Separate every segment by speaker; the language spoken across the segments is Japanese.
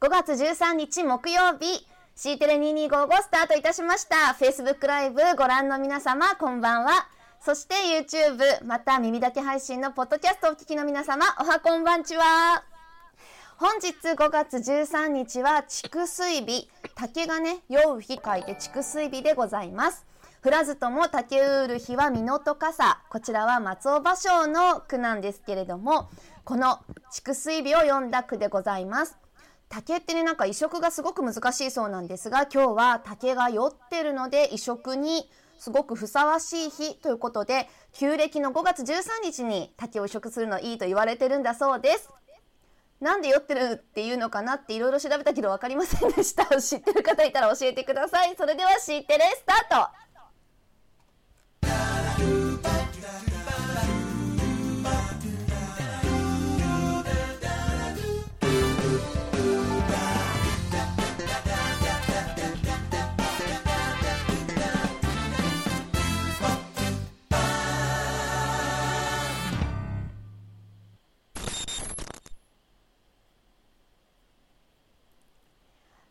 Speaker 1: 5月13日木曜日 C テレ2255スタートいたしました Facebook ライブご覧の皆様こんばんはそして YouTube また耳だけ配信のポッドキャストをお聞きの皆様おはこんばんちは本日5月13日は竹水日竹がね酔う日書いて竹水日でございます降らずとも竹うる日は美濃と傘こちらは松尾芭蕉の句なんですけれどもこの竹水日を読んだ句でございます竹ってねなんか移植がすごく難しいそうなんですが今日は竹が酔ってるので移植にすごくふさわしい日ということで旧暦の5月13日に竹を移植するのいいと言われてるんだそうですなんで酔ってるっていうのかなっていろいろ調べたけど分かりませんでした 知ってる方いたら教えてくださいそれでは知ってるスタート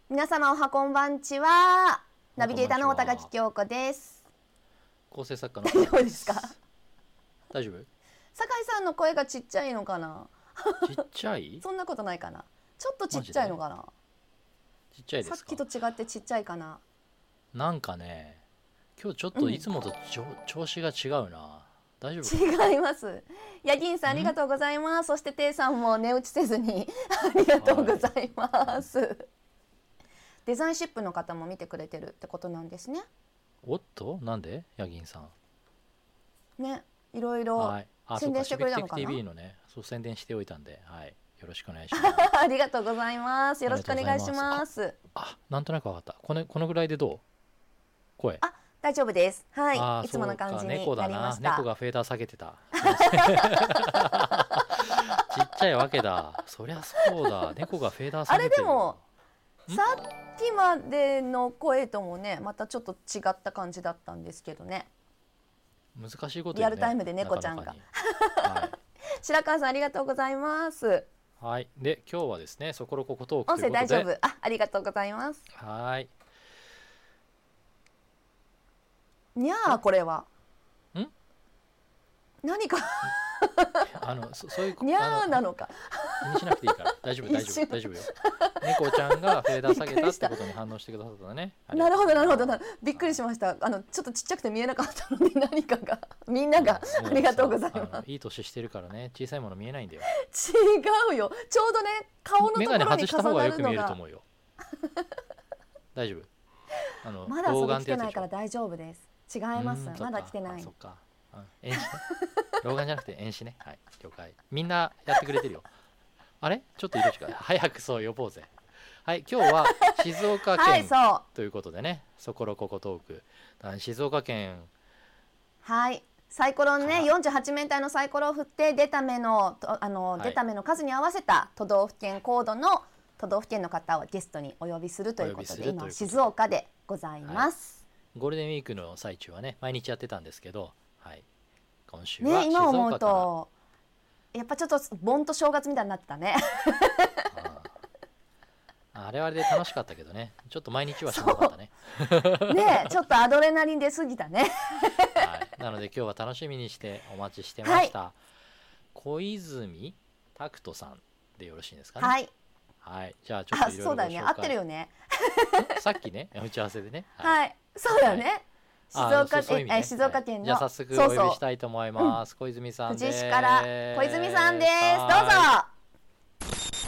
Speaker 1: 皆様おはこんばんちはナビゲーターの小高木京子です
Speaker 2: 構成作家
Speaker 1: 大丈
Speaker 2: の
Speaker 1: 夫ですか
Speaker 2: 大丈夫
Speaker 1: 酒井さんの声がちっちゃいのかな
Speaker 2: ちっちゃい
Speaker 1: そんなことないかなちょっとちっちゃいのかな、
Speaker 2: ちっちゃいで
Speaker 1: さっ
Speaker 2: す
Speaker 1: きと
Speaker 2: か
Speaker 1: 違ってちっちゃいかな
Speaker 2: なんかね今日ちょっ
Speaker 1: う
Speaker 2: と
Speaker 1: ん
Speaker 2: いつもとちょ、調子が違うな大丈夫
Speaker 1: 違いますヤギンさんありがとうございますそしてテイさんも値打ちせずにありがとうございます、デザインシップの方も見てくれてるってことなんですね
Speaker 2: おっとなんでヤギンさん
Speaker 1: ねいろいろ、
Speaker 2: はいあそ
Speaker 1: 宣
Speaker 2: う
Speaker 1: 伝
Speaker 2: か
Speaker 1: して
Speaker 2: シ
Speaker 1: く
Speaker 2: ビ
Speaker 1: れ
Speaker 2: ッ
Speaker 1: た
Speaker 2: テ
Speaker 1: の
Speaker 2: ク
Speaker 1: かな
Speaker 2: TV のねそう宣伝しておいたんではいよろしくお願いします
Speaker 1: ありがとうございますよろしくお願いします
Speaker 2: あなんとなくわかったこのこのぐらいでどう声
Speaker 1: あ大丈夫ですは
Speaker 2: あ
Speaker 1: い
Speaker 2: ー
Speaker 1: いつもの感じに
Speaker 2: そうか
Speaker 1: なりまし
Speaker 2: 猫だな
Speaker 1: た
Speaker 2: 猫がフェーダー下げてた ちっちゃいわけだそりゃそうだ猫がフェーダー下げてる
Speaker 1: あれでもさっきまでの声ともねまたちょっと違った感じだったんですけどね
Speaker 2: 難しいこと言うね
Speaker 1: リアルタイムで猫ちゃんが
Speaker 2: なかなかに
Speaker 1: 白川さんありがとうございます
Speaker 2: はい、はい、で今日はですねそころこことを
Speaker 1: 音声大丈
Speaker 2: というこ
Speaker 1: 夫あありがとうございます
Speaker 2: とではーい
Speaker 1: にゃあこれは
Speaker 2: ん
Speaker 1: 何か
Speaker 2: あの そそういうこ
Speaker 1: にゃ
Speaker 2: あ
Speaker 1: ーなのか
Speaker 2: 気にしなくていいから大丈夫大
Speaker 1: 一
Speaker 2: 丈
Speaker 1: 瞬
Speaker 2: 夫大丈夫よ猫ちゃんがフェーダー下
Speaker 1: びっく
Speaker 2: げた
Speaker 1: り
Speaker 2: っ
Speaker 1: した
Speaker 2: てことに反応してくださったねあり
Speaker 1: な
Speaker 2: が
Speaker 1: る
Speaker 2: とう
Speaker 1: ほどなるほどなるほどびっくりしましたあのちょっとちっちゃくて見えなかったので何かがみんなが
Speaker 2: も
Speaker 1: あ
Speaker 2: う
Speaker 1: りがとうござい
Speaker 2: さあ
Speaker 1: ま
Speaker 2: のいい年してるからね小さいもの見えないんだよ
Speaker 1: す違うよちょうどね顔のとこ
Speaker 2: メ
Speaker 1: ろ
Speaker 2: ガネ
Speaker 1: に
Speaker 2: 外した方
Speaker 1: 重
Speaker 2: が
Speaker 1: な
Speaker 2: よ
Speaker 1: る
Speaker 2: く見
Speaker 1: の
Speaker 2: えると
Speaker 1: が
Speaker 2: 思うよ大丈夫あの
Speaker 1: まだそ
Speaker 2: 老
Speaker 1: こ
Speaker 2: 眼っ
Speaker 1: 来
Speaker 2: てや
Speaker 1: て
Speaker 2: つ
Speaker 1: な
Speaker 2: で
Speaker 1: い
Speaker 2: し
Speaker 1: から
Speaker 2: ょ
Speaker 1: 大丈夫です違います
Speaker 2: うんそっか
Speaker 1: まだ来てな
Speaker 2: あ
Speaker 1: い
Speaker 2: そっかあ遠視ね 老眼じゃなくて遠視ねはい了解みんなやってくれてるよ あれちょっと色違う早くそう呼ぼうぜはい今 日は静岡
Speaker 1: はい
Speaker 2: 県
Speaker 1: そう
Speaker 2: ということでねそころここトークあ静岡県
Speaker 1: はいサイコロのね
Speaker 2: はい
Speaker 1: 48面体のサイコロを振って出た目のとあの、
Speaker 2: はい
Speaker 1: 出た目の数に合わせた都道府県コードの都道府県の方をゲストにお呼びするということ
Speaker 2: お呼び
Speaker 1: で
Speaker 2: するということ
Speaker 1: 今
Speaker 2: で
Speaker 1: 静岡でございます、
Speaker 2: ゴールデンウィークの最中はね毎日やってたんですけどはい今週は
Speaker 1: ね
Speaker 2: 静
Speaker 1: 今思う
Speaker 2: 岡から、
Speaker 1: とやっぱちょっと盆と正月みたいになってたね
Speaker 2: あーあれはあれで楽しかったけどねちょっと毎日はしなかったね
Speaker 1: ねちょっとアドレナリン出過ぎたね
Speaker 2: はい、なので今日は楽しみにしてお待ちしてました、小泉拓人さんでよろしいんですかね、
Speaker 1: はいい
Speaker 2: じゃあちょっと
Speaker 1: あ
Speaker 2: いろいろ
Speaker 1: そうだよね
Speaker 2: ご紹
Speaker 1: 合
Speaker 2: 介
Speaker 1: ってるよね
Speaker 2: さっきね 打ち合わせでねい
Speaker 1: はい、そうだよね、静
Speaker 2: あ
Speaker 1: 岡
Speaker 2: そうそうい
Speaker 1: 県
Speaker 2: う意味ね
Speaker 1: え静岡県
Speaker 2: はい
Speaker 1: の、
Speaker 2: じゃあ早速
Speaker 1: そ
Speaker 2: お
Speaker 1: う
Speaker 2: 呼びし
Speaker 1: そ
Speaker 2: たいと思います小泉さ
Speaker 1: うん
Speaker 2: で
Speaker 1: 富
Speaker 2: す
Speaker 1: 士市から小泉さんです
Speaker 2: は
Speaker 1: どうぞ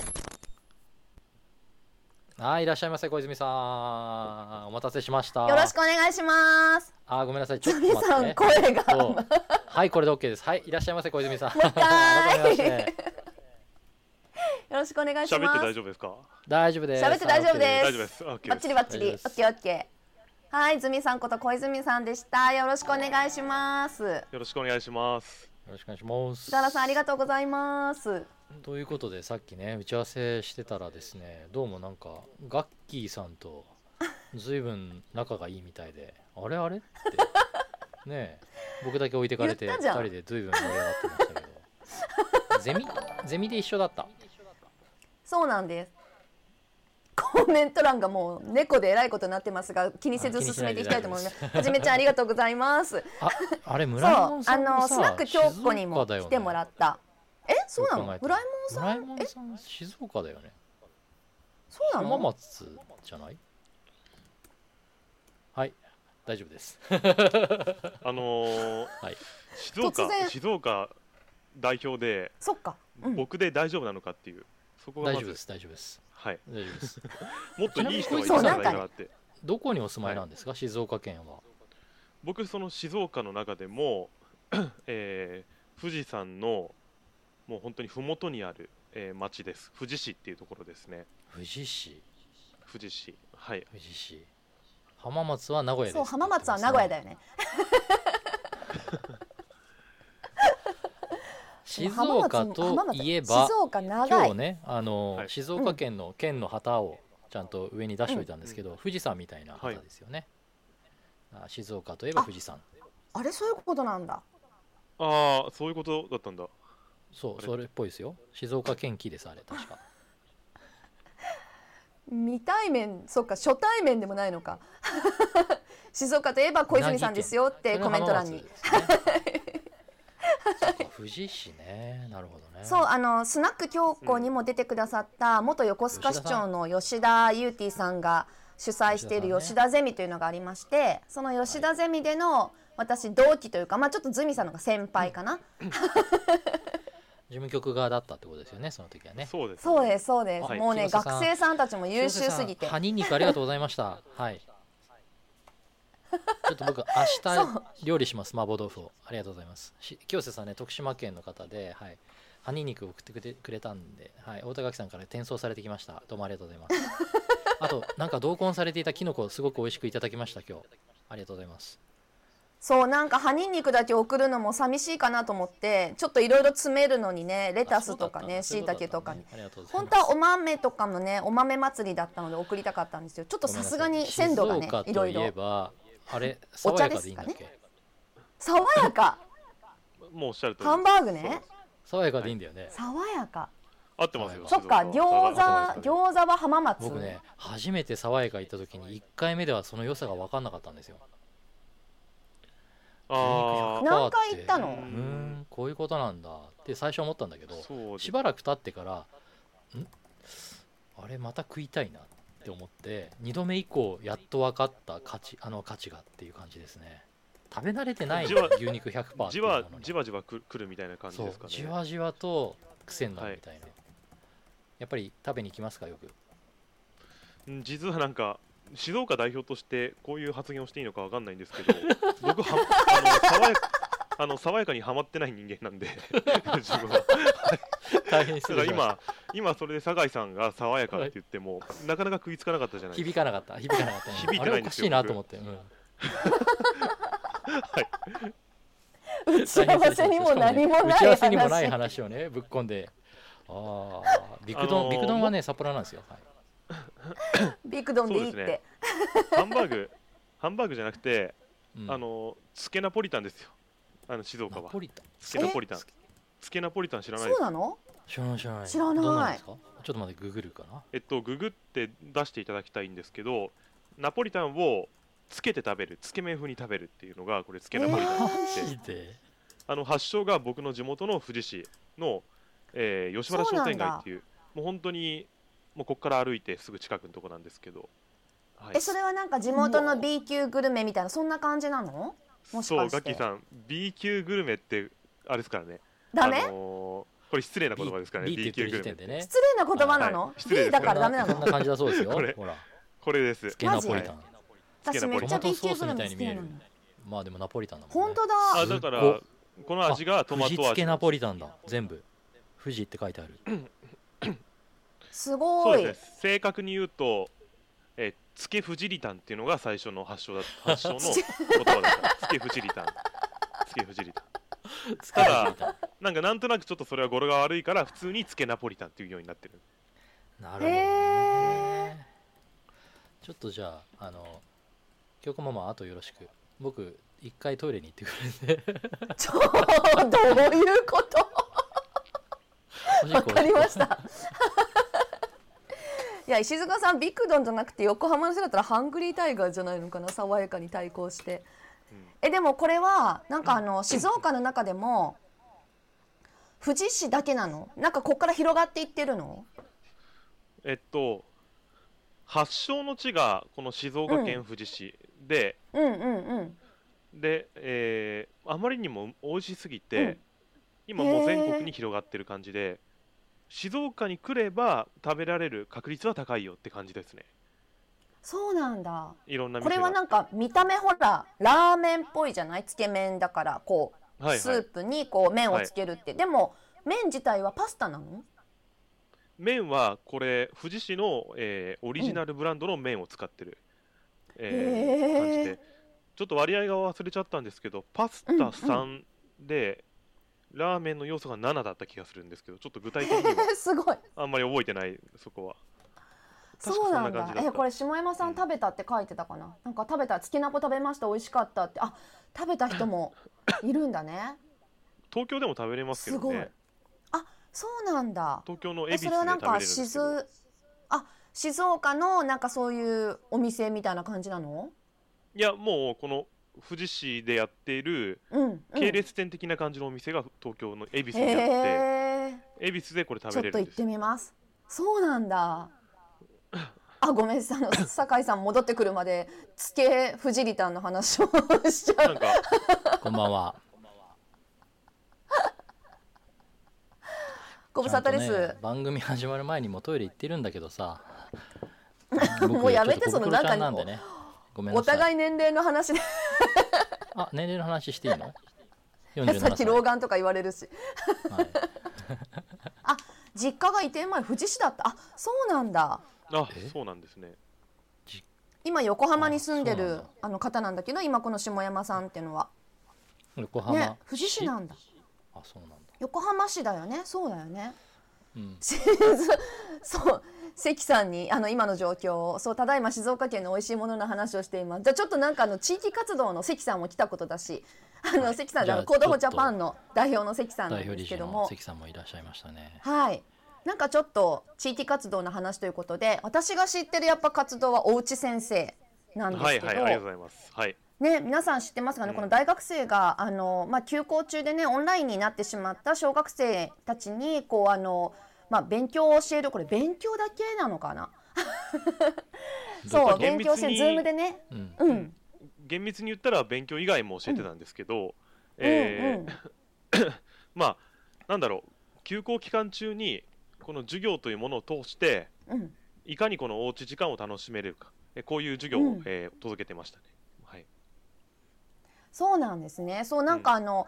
Speaker 2: いはいいらっしゃいませ小泉さんお待たせしました
Speaker 1: よろしくお願いします。
Speaker 2: あーごめんなさいちょっ
Speaker 1: つ
Speaker 2: と
Speaker 1: み
Speaker 2: 待っ
Speaker 1: さ
Speaker 2: て、
Speaker 1: ん
Speaker 2: ね、
Speaker 1: 声が。
Speaker 2: そうはいこれで OK ですはいいらっしゃいませ小泉さん
Speaker 1: もう一回
Speaker 2: 改めまして
Speaker 1: よろしくお願いし
Speaker 3: 喋
Speaker 1: ま
Speaker 3: っ
Speaker 1: す
Speaker 3: て。大丈夫ですか
Speaker 2: 大丈夫です
Speaker 1: 喋って大丈夫です
Speaker 2: はい OK
Speaker 3: 大丈夫です。あ OK
Speaker 1: バッチリバッチリ。オ
Speaker 2: 大丈夫です
Speaker 1: ッケーオッケー。はい、ずみさんこと小泉さんでした。よろしくお願いします。
Speaker 3: よろしくお願いします。
Speaker 2: よろしくお願いします。
Speaker 1: 田原さんありがとうございます。
Speaker 2: ということでさっきね打ち合わせしてたらですねどうもなんかガッキーさんとずいぶん仲がいいみたいであれあれってねえ僕だけ置いてかれて
Speaker 1: 言っ
Speaker 2: 2
Speaker 1: たじゃん
Speaker 2: 人でずいぶん盛り上がってましたけどゼミゼミで一緒だった
Speaker 1: そうなんです。コメント欄がもう猫でえらいことになってますが気にせず進めていきたいと思います。はじめちゃんありがとうございます。
Speaker 2: あ、あれ
Speaker 1: そう
Speaker 2: 村えもん
Speaker 1: あ
Speaker 2: さんも
Speaker 1: の
Speaker 2: さ
Speaker 1: スナック京子にも来てもら
Speaker 2: っ
Speaker 1: った。えそうなの？
Speaker 2: よく考えた
Speaker 1: ブ
Speaker 2: ら
Speaker 1: ラえもん
Speaker 2: た
Speaker 1: さん
Speaker 2: 村えもんさん静岡だよね
Speaker 1: そうな
Speaker 2: 浜
Speaker 1: の？
Speaker 2: 松じゃないはい大丈夫です
Speaker 3: あのー
Speaker 2: はい
Speaker 3: 静岡
Speaker 1: 突然
Speaker 3: 静岡代表で
Speaker 1: そっか。うん。
Speaker 3: 僕で大丈夫なのかっていう、そこが
Speaker 2: 大
Speaker 3: ま
Speaker 2: 丈夫で
Speaker 3: ず
Speaker 2: す大丈夫です
Speaker 3: はい
Speaker 2: 大丈夫です
Speaker 3: もっといい人がい
Speaker 1: そう
Speaker 3: た
Speaker 1: な
Speaker 3: ら
Speaker 1: ん
Speaker 3: いい
Speaker 1: か
Speaker 3: なって
Speaker 2: どこにお住まいなんですか静岡県は
Speaker 3: 僕その静岡の中でも、 えー富士山のもう本当に麓にある、えー町です富士市っていうところですね
Speaker 2: 富士市
Speaker 3: 富士市はい
Speaker 2: 富士市浜松は名古屋です
Speaker 1: そう浜松は名古屋だ
Speaker 2: よ
Speaker 1: よね。
Speaker 2: 静岡といえば
Speaker 1: 静岡長
Speaker 2: 今
Speaker 1: い
Speaker 2: 日。ねあの、
Speaker 3: はい
Speaker 2: 静岡県の県の旗をちゃんと上に出しておいたんですけど、富士山みたいな旗ですよね、あ静岡といえば富士山
Speaker 1: あれそういうことなんだ。
Speaker 3: ああそういうことだったんだ
Speaker 2: そ
Speaker 3: あ
Speaker 2: う
Speaker 3: れ
Speaker 2: それっぽいですよ静岡県旗ですあれ確か
Speaker 1: 未対面そっか初対面でもないのか。 静岡といえば小泉さんですよってコメント欄に。
Speaker 2: それが浜松ですね そっか富士市ねなるほどね
Speaker 1: そうあのスナック京子にも出てくださった元横須賀市長の吉田裕ーさんが主催している吉
Speaker 2: 吉
Speaker 1: 田ゼミというのがありましてその吉田ゼミでの私同期というか、まあ、ちょっとズミさんの方が先輩かな、
Speaker 2: 事務局側だったってことですよねその時はね
Speaker 3: そうですね、
Speaker 1: そうですそうです、
Speaker 2: はい
Speaker 1: もうね
Speaker 2: 清瀬さん
Speaker 1: 学生さんたちも優秀すぎて
Speaker 2: ハニ肉ありがとうございました。はい。ちょっと僕明
Speaker 1: そう
Speaker 2: 日料理します麻婆豆腐をありがとうございます。し清瀬さんね徳島県の方で、はい、ハニ肉を送ってくれくれたんで、はい、大高木さんから転送されてきました。どうもありがとうござい ます。あとなんか同梱されていたキノコをすごく美味しくいただきました今日。ありがとうございます。
Speaker 1: そうなんか葉ニンニクだけ送るのも寂しいかなと思ってちょっといろいろ詰めるのにねレタスとかね
Speaker 2: あそう
Speaker 1: しいた
Speaker 2: だったんだ
Speaker 1: けとかね。
Speaker 2: そういうことだったん
Speaker 1: 本当
Speaker 2: だ
Speaker 1: は
Speaker 2: ありがとうございます
Speaker 1: お豆とかもねお豆祭りだったので送りたかったんですよちょっとさすがに鮮度がね
Speaker 2: 静岡
Speaker 1: いろい
Speaker 2: といえ
Speaker 1: ろ
Speaker 2: ばあれ
Speaker 1: お
Speaker 2: 爽
Speaker 1: 茶
Speaker 2: や
Speaker 1: で
Speaker 2: か
Speaker 1: す
Speaker 2: でいいん
Speaker 1: か
Speaker 2: だ
Speaker 1: ね
Speaker 2: っけ？
Speaker 1: 爽やか
Speaker 3: もうおっしゃると
Speaker 1: ハンバーグね
Speaker 2: 爽やかでいいんだよね。
Speaker 1: 爽やか
Speaker 3: 合ってますよ
Speaker 1: そっか
Speaker 3: 静
Speaker 1: 餃
Speaker 3: 岡
Speaker 1: 子餃子は浜松
Speaker 2: 僕ね初めて爽やか行った時に1回目ではその良さが分かんなかったんですよ餃
Speaker 3: あ
Speaker 2: 子
Speaker 1: 何回行った
Speaker 2: う
Speaker 1: の
Speaker 2: ーんこういうことなんだって最初思ったんだけど
Speaker 3: あそうです
Speaker 2: しばらく経ってからんあれまた食いたいなって思って2度目以降やっと分かった価値あの価値がっていう感じですね食べ慣れてない
Speaker 3: じわ
Speaker 2: 牛肉100%って
Speaker 3: じ
Speaker 2: いうもの
Speaker 3: わ
Speaker 2: に
Speaker 3: じわじわくくるみたいな感じ
Speaker 2: そ
Speaker 3: で
Speaker 2: う
Speaker 3: すかね
Speaker 2: じわじわと癖にな
Speaker 3: は
Speaker 2: る
Speaker 3: い
Speaker 2: みたいな、やっぱり食べに行きますかよ く
Speaker 3: うん実はなんか静岡代表としてこういう発言をしていいのかわかんないんです けど僕はあの爽やかあの爽やかにはまってない人間 なんで自分は
Speaker 2: 大変失
Speaker 3: だ
Speaker 2: 礼
Speaker 3: か
Speaker 2: し
Speaker 3: ら
Speaker 2: ました
Speaker 3: 今今それで酒井さんが爽やかって言っても、なかなか食いつかなかったじゃないです
Speaker 2: 響かなかった響かなかった、
Speaker 3: 響いて
Speaker 2: あ
Speaker 3: ないんですよ
Speaker 2: れおかしいなと思って、うん
Speaker 1: 打ち合わせにも何も
Speaker 2: 打ち
Speaker 1: な
Speaker 2: 合わ
Speaker 1: い
Speaker 2: せにもない
Speaker 1: 話
Speaker 2: 話をねぶっこんでああビクドン、
Speaker 3: あのー
Speaker 2: ビクドンはね札幌なんですよ、はい
Speaker 1: ビクドンでいいっ
Speaker 3: そうで
Speaker 1: て
Speaker 3: かハンバーグハンバーグじゃなくて、
Speaker 2: うん
Speaker 3: あのつけナポリタンですよあの静岡
Speaker 2: ナ
Speaker 3: は
Speaker 2: ポリタン
Speaker 3: つけナポリタン
Speaker 2: え
Speaker 3: つけナポリタン知らないで
Speaker 1: そう
Speaker 3: す
Speaker 1: なの
Speaker 2: 知らない知らない
Speaker 1: 知らない
Speaker 2: どんんですかちょっと待ってググるかな
Speaker 3: えっとググって出していただきたいんですけどナポリタンをつけて食べるつけ麺風に食べるっていうのがこれつけナポリタン
Speaker 1: えー
Speaker 2: マ
Speaker 3: って言
Speaker 2: ジ
Speaker 3: って、
Speaker 2: で
Speaker 3: あの発祥が僕の地元の富士市の、えー吉原商店街っていうもう本当にもうここから歩いてすぐ近くのとこなんですけど、はい
Speaker 1: えそれはなんか地元の B 級グルメみたいなそんな感じなのもし
Speaker 3: そ
Speaker 1: か
Speaker 3: う
Speaker 1: して
Speaker 3: ガッキーさん B 級グルメってあれですからね
Speaker 1: ダ
Speaker 3: あ
Speaker 1: メ
Speaker 3: のーこれ失礼な言葉ですからね
Speaker 2: B, B っ
Speaker 3: B
Speaker 2: て言
Speaker 3: 級
Speaker 2: っ
Speaker 3: グ
Speaker 2: てる時点
Speaker 3: ルメ
Speaker 2: でね
Speaker 1: 失礼な言葉なの、
Speaker 3: はい失礼
Speaker 1: B
Speaker 3: です
Speaker 1: だからダメな
Speaker 2: こんな
Speaker 1: の
Speaker 2: 感じだそうですよ
Speaker 3: これ
Speaker 2: ほら
Speaker 3: これです
Speaker 2: つけナポリタン
Speaker 3: け
Speaker 1: 私
Speaker 3: ナ
Speaker 1: め
Speaker 3: ポ
Speaker 1: っ
Speaker 3: リ
Speaker 1: ち
Speaker 3: タ
Speaker 1: ゃ
Speaker 3: ン
Speaker 1: B 級グル
Speaker 2: ト
Speaker 1: メ
Speaker 2: マトソースみ
Speaker 1: 好
Speaker 2: たいに
Speaker 1: き
Speaker 2: 見え
Speaker 1: な
Speaker 2: る
Speaker 1: の
Speaker 2: まあでもナポリタンだもんね
Speaker 1: 本当だ
Speaker 3: あだから
Speaker 2: す
Speaker 3: この味がトマ
Speaker 2: 富士
Speaker 3: ト
Speaker 2: つけ
Speaker 3: 味
Speaker 2: ナポリタンだ全部富士って書いてある
Speaker 1: すご
Speaker 3: そう
Speaker 1: い
Speaker 3: ですね正確に言うとえーつけ富士リタンっていうのが最初の発祥だ発祥の言葉だったつけ富士リタンつけ富士リタン
Speaker 2: つけナポリタン
Speaker 3: なんかなんとなくちょっとそれは語呂が悪いから普通につけナポリタンっていうようになってる
Speaker 2: なるほどね。ちょっとじゃあ、あの、京子ママ、あとよろしく。僕、一回トイレに行ってくるんで、
Speaker 1: ちょどういうこと
Speaker 2: おしっこ
Speaker 1: わかりました。いや石塚さんビクドンじゃなくて横浜の人だったらハングリータイガーじゃないのかな爽やかに対抗して
Speaker 3: うん
Speaker 1: えでもこれはなんかあの静岡の中でも富士市だけなのなんかこっから広がっていってるの
Speaker 3: えっと発祥の地がこの静岡県富士市で、
Speaker 1: うんうんうん
Speaker 3: で、えーあまりにも美味しすぎて、
Speaker 1: うん
Speaker 3: 今もう全
Speaker 1: へー
Speaker 3: 国に広がってる感じで静岡に来れば食べられる確率は高いよって感じですね
Speaker 1: そうなんだ
Speaker 3: いろんな
Speaker 1: これ
Speaker 3: 店が
Speaker 1: はなんか見た目ほらラーメンっぽいじゃないつけ麺だからこう、
Speaker 3: はい
Speaker 1: ス
Speaker 3: は
Speaker 1: ー
Speaker 3: い、
Speaker 1: プにこう麺をつけるって、でも麺自体はパスタなの
Speaker 3: 麺はこれ富士市の、えーオリジナルブランドの麺を使ってる、えー
Speaker 1: へー
Speaker 3: 感じでちょっと割合が忘れちゃったんですけどパスタ
Speaker 1: うんうん
Speaker 3: 3で、ラーメンの要素が7だった気がするんですけどちょっと具体的 には
Speaker 1: すごい
Speaker 3: あんまり覚えてないそこは確か
Speaker 1: そうなん
Speaker 3: そんな
Speaker 1: だ
Speaker 3: 感じだった
Speaker 1: えこれ下山さん食べたって書いてたかな、なんか食べたつきなこ食べました美味しかったってあ食べた人 もいるんだね
Speaker 3: 東京でも食べれますけ
Speaker 1: す
Speaker 3: ど
Speaker 1: ごい
Speaker 3: ね
Speaker 1: あそうなんだ
Speaker 3: 東京の恵
Speaker 1: え
Speaker 3: 比寿
Speaker 1: そ
Speaker 3: で
Speaker 1: れはな
Speaker 3: 食べれ
Speaker 1: ん
Speaker 3: るん
Speaker 1: か
Speaker 3: ですけど
Speaker 1: 静あ静岡のなんかそういうお店みたいな感じなの
Speaker 3: いやもうこの富士市でやっている
Speaker 1: うん、うん、
Speaker 3: 系列店的な感じのお店が東京の恵比寿にあって
Speaker 1: へー
Speaker 3: 恵比寿でこれ食
Speaker 1: ちょ
Speaker 3: べ
Speaker 1: っ
Speaker 3: れ
Speaker 1: と
Speaker 3: る
Speaker 1: 行っ
Speaker 3: んです
Speaker 1: てみます。そうなんだ。あ、ごめんなさいあの。 酒井さん戻ってくるまで、つけフジリタンの話をしちゃ
Speaker 3: な
Speaker 1: う。
Speaker 3: んか
Speaker 2: こんばんは。
Speaker 1: ご無沙汰で
Speaker 2: ちゃんと
Speaker 1: す
Speaker 2: ね。番組始まる前にもうトイレ行ってるんだけどさ
Speaker 1: もうやめて
Speaker 2: 僕
Speaker 1: その
Speaker 2: ちょっと小袋ちゃ
Speaker 1: 中
Speaker 2: ん
Speaker 1: に
Speaker 2: なんでねごめん
Speaker 1: お
Speaker 2: なさい
Speaker 1: 互い年齢の話で、
Speaker 2: あ年齢の話してい いの47
Speaker 1: さっき
Speaker 2: 歳、
Speaker 1: 老
Speaker 2: は
Speaker 1: 眼とか言われるし。
Speaker 2: い、
Speaker 1: 実家が移転前、富士市だった。あ、そうなんだ。
Speaker 3: あ
Speaker 2: え
Speaker 3: そうなんですね
Speaker 1: 今横浜に住んで
Speaker 2: あそう
Speaker 1: る
Speaker 2: なんだ
Speaker 1: あの方なんだけど、今この下山さんっていうのは。
Speaker 2: 横浜、
Speaker 1: ね、富士市なんだ。
Speaker 2: あそうなんだ、
Speaker 1: 横浜市だよね。そうだよ ね。
Speaker 2: うん、
Speaker 1: 静そう関さんにあの今の状況をそうただいま静岡県の美味しいものの話をしていますじゃあちょっとなんかあの地域活動の関さんも来たことだしあの、
Speaker 2: はい
Speaker 1: 関さん
Speaker 2: じ
Speaker 1: で
Speaker 2: ゃあ
Speaker 1: あのコードフォージ
Speaker 2: ちょ
Speaker 1: ャ
Speaker 2: っと
Speaker 1: パンの代表の関さんな
Speaker 2: 代
Speaker 1: ん
Speaker 2: 表
Speaker 1: で
Speaker 2: 理
Speaker 1: すけ
Speaker 2: 事
Speaker 1: ど
Speaker 2: の
Speaker 1: も
Speaker 2: 関さんもいらっしゃいましたね
Speaker 1: はいなんかちょっと地域活動の話ということで私が知ってるやっぱ活動はおうち先生なんです
Speaker 3: は
Speaker 1: け
Speaker 3: い
Speaker 1: ど、
Speaker 3: はいありがとうございますはい
Speaker 1: ね、皆さん知ってますかね、
Speaker 3: うん
Speaker 1: この大学生があの、まあ、休校中でねオンラインになってしまった小学生たちにこうあの、まあ、勉強を教えるこれ勉強だけなの かな
Speaker 2: ど
Speaker 1: そう
Speaker 2: こ
Speaker 1: 勉
Speaker 3: 厳密に
Speaker 1: 強してズームでね
Speaker 2: うん、
Speaker 1: うん、
Speaker 3: うん厳密に言ったら勉強以外も教えてたんですけど
Speaker 1: う
Speaker 3: え
Speaker 1: ん
Speaker 3: ーまあなんだろう休校期間中にこの授業というものを通して
Speaker 1: うんうん
Speaker 3: いかにこのおうち時間を楽しめるかえこういう授業
Speaker 1: う
Speaker 3: を
Speaker 1: ん
Speaker 3: えー届けてましたねはい
Speaker 1: そうなんですねそうなんかあの、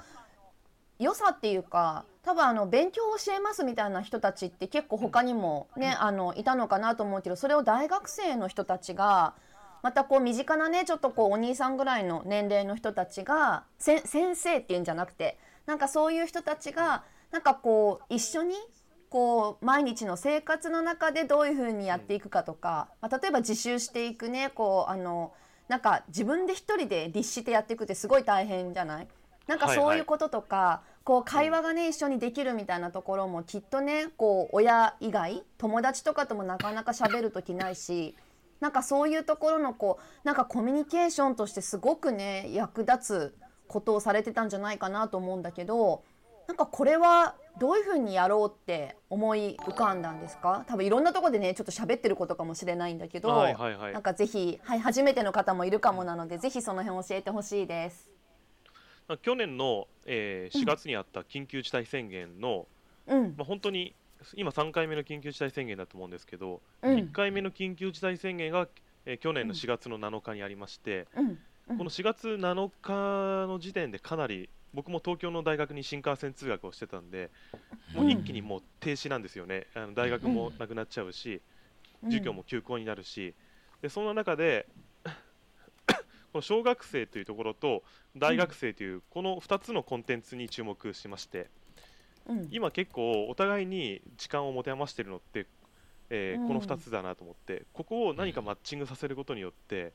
Speaker 1: 良さっていうか多分あの勉強を教えますみたいな人たちって結構他にもね、あのいたのかなと思うけどそれを大学生の人たちがまたこう身近なねちょっとこうお兄さんぐらいの年齢の人たちがせ先生っていうんじゃなくてなんかそういう人たちがなんかこう一緒にこう毎日の生活の中でどういうふうにやっていくかとか、まあ、例えば自習していくねこうあのなんか自分で一人で律してやっていくってすごい大変じゃないなんか
Speaker 3: はい
Speaker 1: そう
Speaker 3: はい
Speaker 1: いうこととか、こう会話がね一緒にできるみたいなところもきっとねこう親以外友達とかともなかなか喋る時ないしなんかそういうところのこうなんかコミュニケーションとしてすごくね役立つことをされてたんじゃないかなと思うんだけどなんかこれはどういうふうにやろうって思い浮かんだんですか多分いろんなところでねちょっと喋ってることかもしれないんだけど、
Speaker 3: はいはいはい
Speaker 1: なんかぜひ、はい、初めての方もいるかもなのでぜひその辺教えてほしいです。
Speaker 3: 去年の、えー4月にあった緊急事態宣言の、
Speaker 1: うん
Speaker 3: まあ、本当に今3回目の緊急事態宣言だと思うんですけど、
Speaker 1: うん
Speaker 3: 1回目の緊急事態宣言が、えー去年の4月の7日にありまして、
Speaker 1: うん
Speaker 3: この4月7日の時点でかなり僕も東京の大学に新幹線通学をしてたんでもう一気にもう停止なんですよね、あの大学もなくなっちゃうし、授業も休校になるしでそんな中で この小学生というところと大学生というこの2つのコンテンツに注目しまして
Speaker 1: うんうん
Speaker 3: 今結構お互いに時間を持て余してるのって、えー
Speaker 1: うん
Speaker 3: この2つだなと思ってここを何かマッチングさせることによって、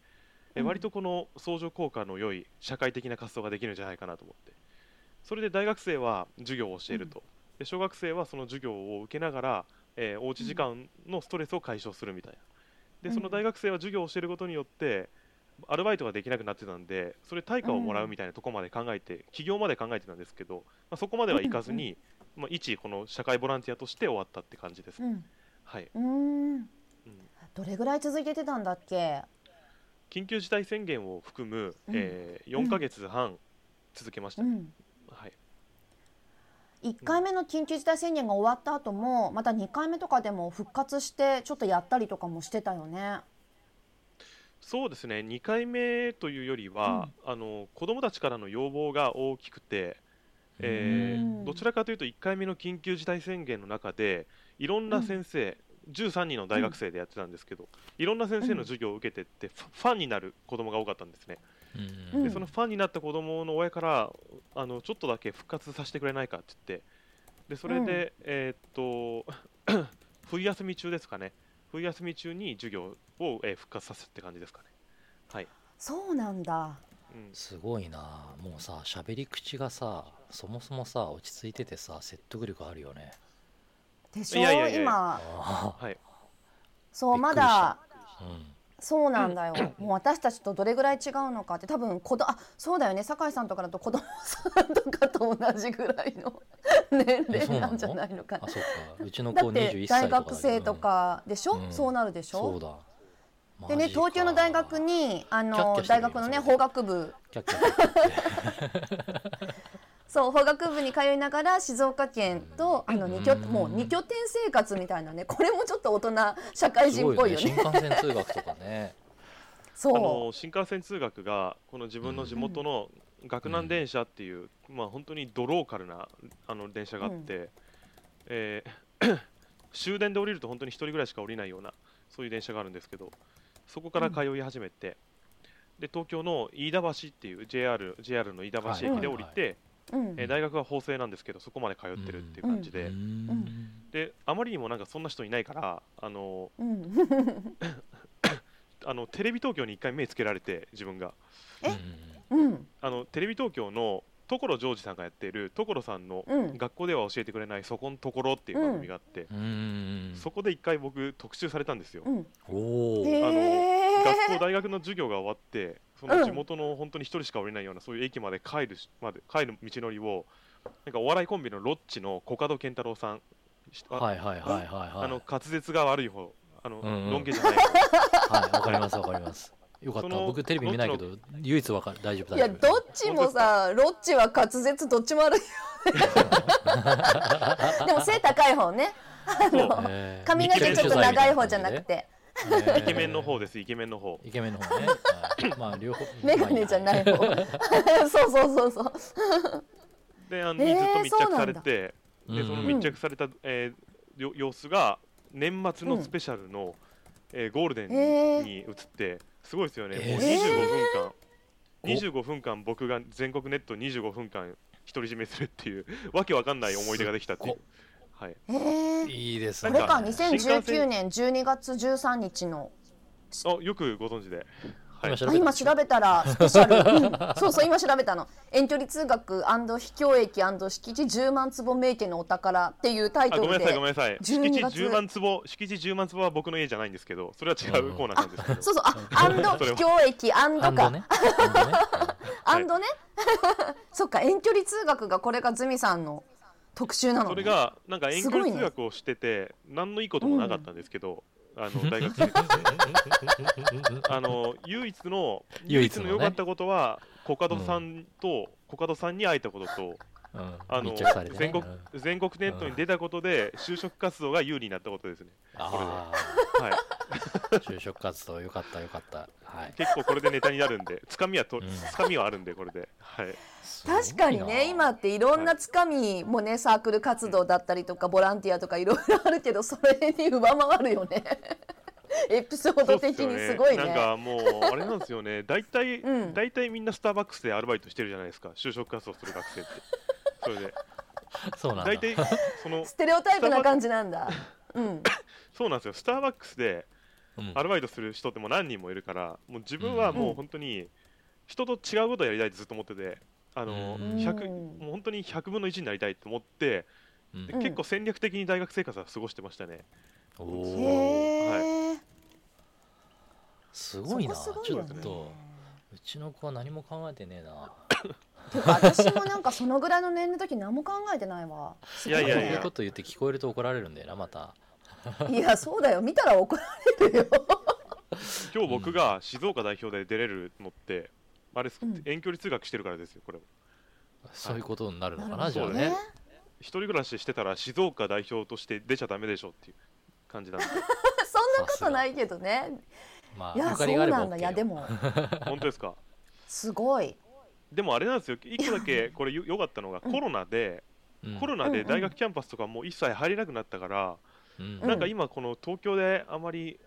Speaker 3: えー
Speaker 1: うん
Speaker 3: 割とこの相乗効果の良い社会的な活動ができるんじゃないかなと思ってそれで大学生は授業を教えると、で小学生はその授業を受けながらえーおうち時間のストレスを解消するみたいな。
Speaker 1: う
Speaker 3: で
Speaker 1: ん
Speaker 3: その大学生は授業を教えることによってアルバイトができなくなってたんでそれ対価をもらうみたいなとこまで考えて、起業まで考えてたんですけど、まあ、そこまではいかずに、まあ、一この社会ボランティアとして終わったって感じです、
Speaker 1: うん
Speaker 3: はい、
Speaker 1: うん
Speaker 3: うん
Speaker 1: どれぐらい続いてたんだっけ
Speaker 3: 緊急事態宣言を含む、
Speaker 1: うん
Speaker 3: えー、4ヶ月半続けました、
Speaker 1: うん
Speaker 3: はい、
Speaker 1: 1回目の緊急事態宣言が終わった後もまた2回目とかでも復活してちょっとやったりとかもしてたよね。
Speaker 3: そうですね2回目というよりは、あの子どもたちからの要望が大きくて、えー
Speaker 1: うん
Speaker 3: どちらかというと1回目の緊急事態宣言の中でいろんな先生、13人の大学生でやってたんですけど、いろんな先生の授業を受けてってファファンになる子供が多かったんですね、
Speaker 2: うん
Speaker 1: う
Speaker 3: で
Speaker 1: ん
Speaker 3: そのファンになった子供の親からあのちょっとだけ復活させてくれないかって言ってでそれで、えーっと 冬休み中ですかね冬休み中に授業を、えー復活させたって感じですかねはい、
Speaker 1: そうなんだ。
Speaker 3: うん
Speaker 2: すごいなもうさ喋り口がさそもそもさ落ち着いててさ説得力あるよね
Speaker 1: でしょ
Speaker 3: いやいやいや
Speaker 1: 今
Speaker 2: あ
Speaker 3: はい
Speaker 1: そう
Speaker 2: びっ
Speaker 1: ま
Speaker 2: くりした
Speaker 1: だ
Speaker 2: あう
Speaker 1: そうなんだよ。もう私たちとどれぐらい違うのかって多分子どあそうだよね酒井さんとかだと子供さんとかと同じぐらいの 年
Speaker 2: えそう
Speaker 1: 齢
Speaker 2: なの
Speaker 1: なんじゃないのか
Speaker 2: んあそっかうちの
Speaker 1: だ
Speaker 2: 子
Speaker 1: って
Speaker 2: 21歳とか
Speaker 1: 大
Speaker 2: だ
Speaker 1: 学生と、かでしょ、
Speaker 2: うん
Speaker 1: そうなるでし
Speaker 2: うんそ
Speaker 1: ょ
Speaker 2: うだマ
Speaker 1: でね
Speaker 2: ジか
Speaker 1: 東京の大学にあ
Speaker 2: キャッ
Speaker 1: の
Speaker 2: キャしてる
Speaker 1: 大
Speaker 2: よ
Speaker 1: 学のね
Speaker 2: それ
Speaker 1: 法学部
Speaker 2: キャッキャキャッキャって
Speaker 1: そう法学部に通いながら静岡県とあの二拠
Speaker 2: うん
Speaker 1: もう二拠点生活みたいなね これもちょっと大人社会
Speaker 2: す
Speaker 1: 人
Speaker 2: ご
Speaker 1: っ
Speaker 2: い
Speaker 1: ぽ
Speaker 2: よ
Speaker 1: い
Speaker 2: ね
Speaker 1: よね
Speaker 2: 新幹線通学とかね
Speaker 3: あ
Speaker 1: そ
Speaker 3: の新幹線通学がこの自分の地元の岳南電車っていう、まあ、本当にドローカルなあの電車があって、えー 終電で降りると本当に1人ぐらいしか降りないようなそういう電車があるんですけどそこから通い始めて、で東京の飯田橋っていう JR, JR の飯田橋駅で降りて、
Speaker 1: う、うん
Speaker 3: えー大学は法政なんですけどそこまで通ってるっていう感じで、
Speaker 2: うーん
Speaker 3: であまりにもなんかそんな人いないからあの
Speaker 1: うん、
Speaker 3: あのテレビ東京に1回目つけられて自分が。
Speaker 1: え
Speaker 2: うん
Speaker 1: うん、
Speaker 3: あのテレビ東京の所ジョージさんがやっている所さんの
Speaker 1: うん
Speaker 3: 学校では教えてくれないそこのところっていう番組があって、
Speaker 2: うーん
Speaker 3: そこで一回僕特集されたんですよ、
Speaker 1: うん、
Speaker 2: おお、
Speaker 1: へえ
Speaker 3: 学校大学の授業が終わってその地元の本当に一人しか降りないようなそういう駅まで帰るしまで帰る道のりをなんかお笑いコンビのロッチのコカドケンタロウさん、しあ
Speaker 2: はいはいはいはいはい
Speaker 3: あの滑舌が悪い方あの、
Speaker 2: うんうん
Speaker 3: ロン毛じゃない方
Speaker 2: はい、わかりますわかります。よかった。
Speaker 3: その
Speaker 2: 僕テレビ見ないけど、唯一わかる。大丈夫
Speaker 1: い
Speaker 2: 大
Speaker 1: や
Speaker 2: 丈夫。
Speaker 1: どっちもさロッチは滑舌どっちも悪いよね でも背高い方ね
Speaker 3: そう
Speaker 2: えー
Speaker 1: 髪
Speaker 3: が
Speaker 1: 型
Speaker 3: け
Speaker 1: ちょっと長い方じゃなく。て
Speaker 2: 密着取材みたいな感じで
Speaker 3: イケメンの方。ですイケメンの方
Speaker 2: えーイケメンの方ね。はいまあ両方。
Speaker 1: 眼鏡じゃない方そうそうそうそう
Speaker 3: であの、
Speaker 1: えー
Speaker 3: にずっと密着され
Speaker 1: そうなんだ
Speaker 3: てでその密着された、えーよ様子が年末のスペシャルの、えーゴールデンに,、
Speaker 1: えー
Speaker 3: 移ってすごいですよね、もう
Speaker 2: え
Speaker 1: ー
Speaker 3: 25分間25分間僕が全国ネット25分間独り占めするっていうわけわかんない思い出ができたっていう
Speaker 2: す、
Speaker 3: はい、
Speaker 1: えー
Speaker 2: いいです
Speaker 1: こ
Speaker 2: ね。
Speaker 1: れか
Speaker 3: 線
Speaker 1: 2019年12月13日の
Speaker 3: あよくご存知で、はい
Speaker 2: 今、調
Speaker 1: あ今調べ
Speaker 2: べた
Speaker 1: たらスペシャル、うん そうそう今調べたの遠距離通学秘境駅敷地10万坪名家のお宝っていうタイ
Speaker 3: あ
Speaker 1: ト
Speaker 3: ごめん
Speaker 1: ル
Speaker 3: なさい
Speaker 1: で
Speaker 3: ごめんなさい敷地
Speaker 1: 12月
Speaker 3: 10万坪敷地10万坪は僕の家じゃないんですけどそれは違うコーナーなんですけど、
Speaker 1: そうそうあアンド秘境駅アン
Speaker 2: ア
Speaker 1: ド
Speaker 2: ン
Speaker 1: か
Speaker 2: ドね。アンドね
Speaker 1: アンドね、 そっか遠距離通学がこれがズミさんの特集なの、ね、
Speaker 3: それがなんか遠距
Speaker 1: すごい
Speaker 3: 離
Speaker 1: ね
Speaker 3: 通学をしてて、何のいいこともなかったんですけど、あの大学生活あの唯一の唯
Speaker 2: 唯
Speaker 3: 一
Speaker 2: 一
Speaker 3: の
Speaker 2: のね
Speaker 3: 良かったことはコカドさんと、コカドさんに会えたことと
Speaker 2: うん
Speaker 3: あの
Speaker 2: 密着されてね。
Speaker 3: 全国
Speaker 2: うん
Speaker 3: 全国ネットに出たことで就職活動が有利になったことですね、
Speaker 2: あ
Speaker 3: はい、
Speaker 2: あ、就職活動よかったよかった。はい。
Speaker 3: 結構これでネタになるんでつかみはと、
Speaker 2: うん
Speaker 3: つかみはあるんでこれで、はい、
Speaker 1: 確かにね今っていろんなつかみもねサークル活動だったりとかボランティアとかいろいろあるけどそれに上回るよ ねエピソード的にすごいね
Speaker 3: そうっすよなんかもうあれなんです よね大体、
Speaker 1: うん
Speaker 3: 大体みんなスターバックスでアルバイトしてるじゃないですか就職活動する学生ってそれで
Speaker 2: そうなんだ。
Speaker 3: 大体その
Speaker 1: ステレオタイプな感じなんだうん
Speaker 3: そうなんですよスターバックスで
Speaker 2: うん
Speaker 3: アルバイトする人ってもう何人もいるからもう自分はもう本当に人と違うことをやりたいってずっと思っててあの、
Speaker 2: うん
Speaker 3: 100
Speaker 1: うん
Speaker 3: もう本当に100分の1になりたいと思って
Speaker 2: うん
Speaker 3: で
Speaker 1: うん
Speaker 3: 結構戦略的に大学生活は過ごしてましたね、
Speaker 2: お
Speaker 1: へ
Speaker 2: お
Speaker 1: え、
Speaker 2: す
Speaker 1: そ
Speaker 2: ごい
Speaker 1: こ
Speaker 2: な
Speaker 1: すごい
Speaker 2: ちょ
Speaker 1: よ
Speaker 2: っ
Speaker 1: ね
Speaker 2: とうちの子は何も考えてねえな
Speaker 1: ていうか私もなんかそのぐらいの年齢の時何も考えてないわすご
Speaker 3: や
Speaker 1: い
Speaker 3: いやいや
Speaker 2: そういうこと言って聞こえると怒られるんだよなまた
Speaker 1: いやそうだよ見たら怒られるよ
Speaker 3: 今日僕が静岡代表で出れるのって、あれです
Speaker 1: うん
Speaker 3: 遠距離通学してるからですよ、これ、
Speaker 2: そういうことになるのかな、
Speaker 1: なる
Speaker 2: じゃ
Speaker 3: ほ
Speaker 2: あ
Speaker 3: ど
Speaker 2: ね
Speaker 3: 一人暮らししてたら静岡代表として出ちゃだめでしょっていう感じなんで、
Speaker 1: そんなことないけどね
Speaker 2: まあ
Speaker 1: いや
Speaker 2: ゆ
Speaker 1: そ
Speaker 2: か
Speaker 1: う
Speaker 2: りがあれば
Speaker 1: な
Speaker 2: OK
Speaker 1: ん
Speaker 2: よ
Speaker 1: だいやでも
Speaker 3: 本当ですか。
Speaker 1: すごい
Speaker 3: でもあれなんですよ、一個だけこれよ良かったのが、
Speaker 1: うん
Speaker 3: コロナで、
Speaker 2: うん
Speaker 3: コロナで大学キャンパスとかもう一切入れなくなったから、
Speaker 2: うん
Speaker 3: なんか今、この東京であまり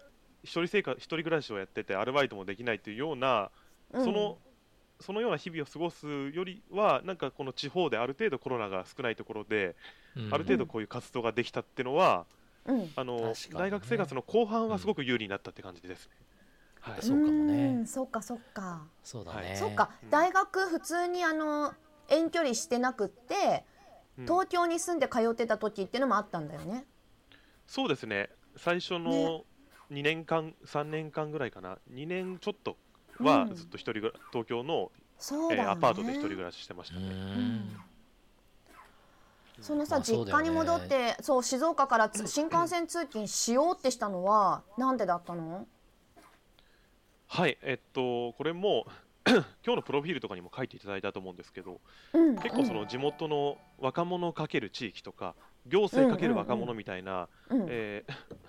Speaker 3: 一人生活、一人暮らしをやってて、アルバイトもできないというような、
Speaker 1: うん
Speaker 3: そのそのような日々を過ごすよりは、なんかこの地方である程度コロナが少ないところで、
Speaker 2: うん
Speaker 3: ある程度こういう活動ができたっていうのは、
Speaker 1: うん
Speaker 3: あの
Speaker 2: 確かにね
Speaker 3: 大学生活の後半はすごく有利になったって感じですね。
Speaker 2: は
Speaker 3: はい
Speaker 2: い、そうか
Speaker 1: う
Speaker 2: もね
Speaker 1: んそうかそうか
Speaker 2: そうだね、
Speaker 3: はい
Speaker 1: そっか
Speaker 3: うん
Speaker 1: 大学普通にあの遠距離してなくって
Speaker 3: うん
Speaker 1: 東京に住んで通ってた時っていうのもあったんだよね。
Speaker 3: そうですね、最
Speaker 1: ね
Speaker 3: 初の2年間、3年間ぐらいかな、2年ちょっとは
Speaker 1: うん
Speaker 3: ずっと一人ぐら東京の、
Speaker 1: そう
Speaker 3: え
Speaker 1: だよ
Speaker 3: ー
Speaker 1: ね。
Speaker 3: アパートで一人暮らししてまし
Speaker 2: う
Speaker 3: た
Speaker 2: ー
Speaker 3: ね。
Speaker 2: ん
Speaker 1: そのさ、
Speaker 2: まあそ
Speaker 1: 実
Speaker 2: うだよ
Speaker 1: 家
Speaker 2: ね
Speaker 1: に戻ってそう静岡からつ新幹線通勤しようってしたのはなんでだったの？
Speaker 3: はい、えっと、これも 今日のプロフィールとかにも書いていただいたと思うんですけど、
Speaker 1: うん、
Speaker 3: 結構その地元の若者かける地域とか、行政かける若者みたいな、
Speaker 1: うん、うん
Speaker 3: えー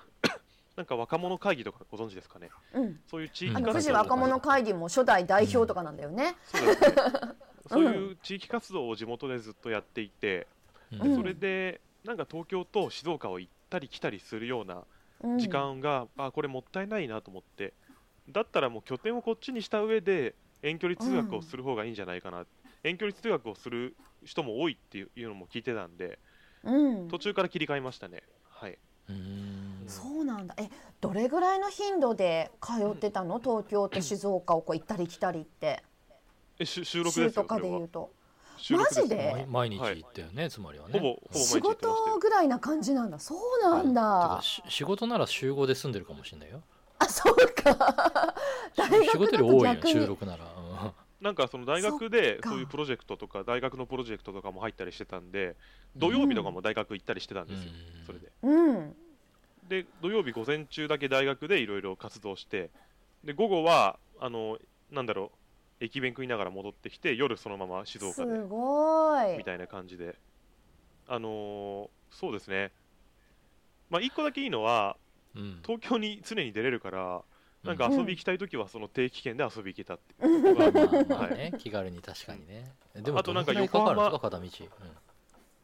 Speaker 3: なんか若者会議とかご存知ですかね、
Speaker 1: うん
Speaker 3: そういう地域
Speaker 1: あの
Speaker 3: 活動
Speaker 1: 富士
Speaker 2: うん
Speaker 1: 若者会議も初代代表とかなんだよね。
Speaker 3: そうですね
Speaker 1: う
Speaker 3: そ
Speaker 1: ん
Speaker 3: ういう地域活動を地元でずっとやっていて、
Speaker 2: う
Speaker 1: うんん
Speaker 3: それでなんか東京と静岡を行ったり来たりするような
Speaker 1: うん
Speaker 3: 時間が、あこれもったいないなと思ってだったらもう拠点をこっちにした上で遠距離通学をする方がいいんじゃないかな、遠距離通学をする人も多いっていういうのも聞いてたんで
Speaker 1: うん
Speaker 3: 途中から切り替えましたねはい
Speaker 2: うん
Speaker 1: そうなんだ。え、どれぐらいの頻度で通ってたの？東京と静岡をこう行ったり来たりって。
Speaker 3: えしゅ収録
Speaker 1: 週
Speaker 3: です
Speaker 1: と
Speaker 3: よ
Speaker 1: かで
Speaker 3: それ
Speaker 1: 言
Speaker 3: は
Speaker 1: うと。
Speaker 3: 収録
Speaker 1: マジで
Speaker 2: 毎毎日
Speaker 3: はい
Speaker 2: 行ったよね、つまりはね
Speaker 3: ほぼほぼ毎日
Speaker 1: 仕
Speaker 3: 行ってました
Speaker 1: 事
Speaker 3: よ
Speaker 1: ぐらいな感じなんだ。そうなん
Speaker 2: て
Speaker 1: だ
Speaker 2: か。し仕事なら集合で住んでるかもしれな いよ
Speaker 1: あ、そうか。大学だと逆に
Speaker 2: 仕事より多いよ収録なら、うん
Speaker 3: なんかその大学で
Speaker 1: っか
Speaker 3: そういうプロジェクトとか大学のプロジェクトとかも入ったりしてたんで土曜日とかも大学行ったりしてたんですよ、
Speaker 2: うん
Speaker 3: それで
Speaker 1: うん。
Speaker 3: で土曜日午前中だけ大学でいろいろ活動してで午後はあのなんだろう駅弁食いながら戻ってきて夜そのまま静岡
Speaker 1: す
Speaker 3: で
Speaker 1: ごい
Speaker 3: み。たいな感じであのーそうですねまあ一個だけいいのは
Speaker 2: うん
Speaker 3: 東京に常に出れるからなんか
Speaker 1: うん
Speaker 3: 遊び行きたい時はその定期券で遊び行けたって
Speaker 1: う
Speaker 3: いうの
Speaker 2: ま
Speaker 3: が、
Speaker 2: あまあ
Speaker 3: はい
Speaker 2: ね、気軽に確かにね。でも、
Speaker 3: あとなんか
Speaker 2: どのくらいかかるんです
Speaker 3: 横
Speaker 2: か片道。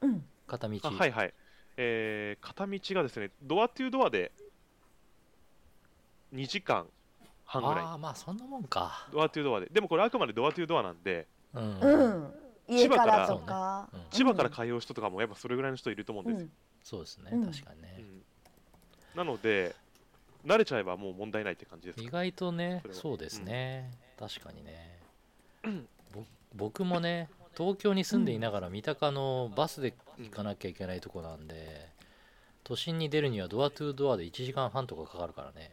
Speaker 2: うん
Speaker 1: うん。
Speaker 2: 片道。
Speaker 3: あはいはい、えー片道がですねドアトゥードアで2時間半ぐら
Speaker 2: ああ、まあそんなもんか
Speaker 3: い。ドアトゥードアででもこれあくまでドアトゥードアなんで
Speaker 2: うん。
Speaker 1: うん。家からとか
Speaker 2: 千葉からそうねうん。
Speaker 3: 千葉から通う人とかもやっぱそれぐらいの人いると思うんですよ、
Speaker 2: そうですね、
Speaker 1: うん
Speaker 2: 確かにね。
Speaker 3: うんなので慣れちゃえばもう問題ないって感じです
Speaker 2: 意外とね
Speaker 3: そ、れは
Speaker 2: そうですね。確かにね。ぼ僕もね、東京に住んでいながら三鷹のバスで行かなきゃいけないとこなんで、都心に出るにはドアトゥードアで1時間半とかかかるからね。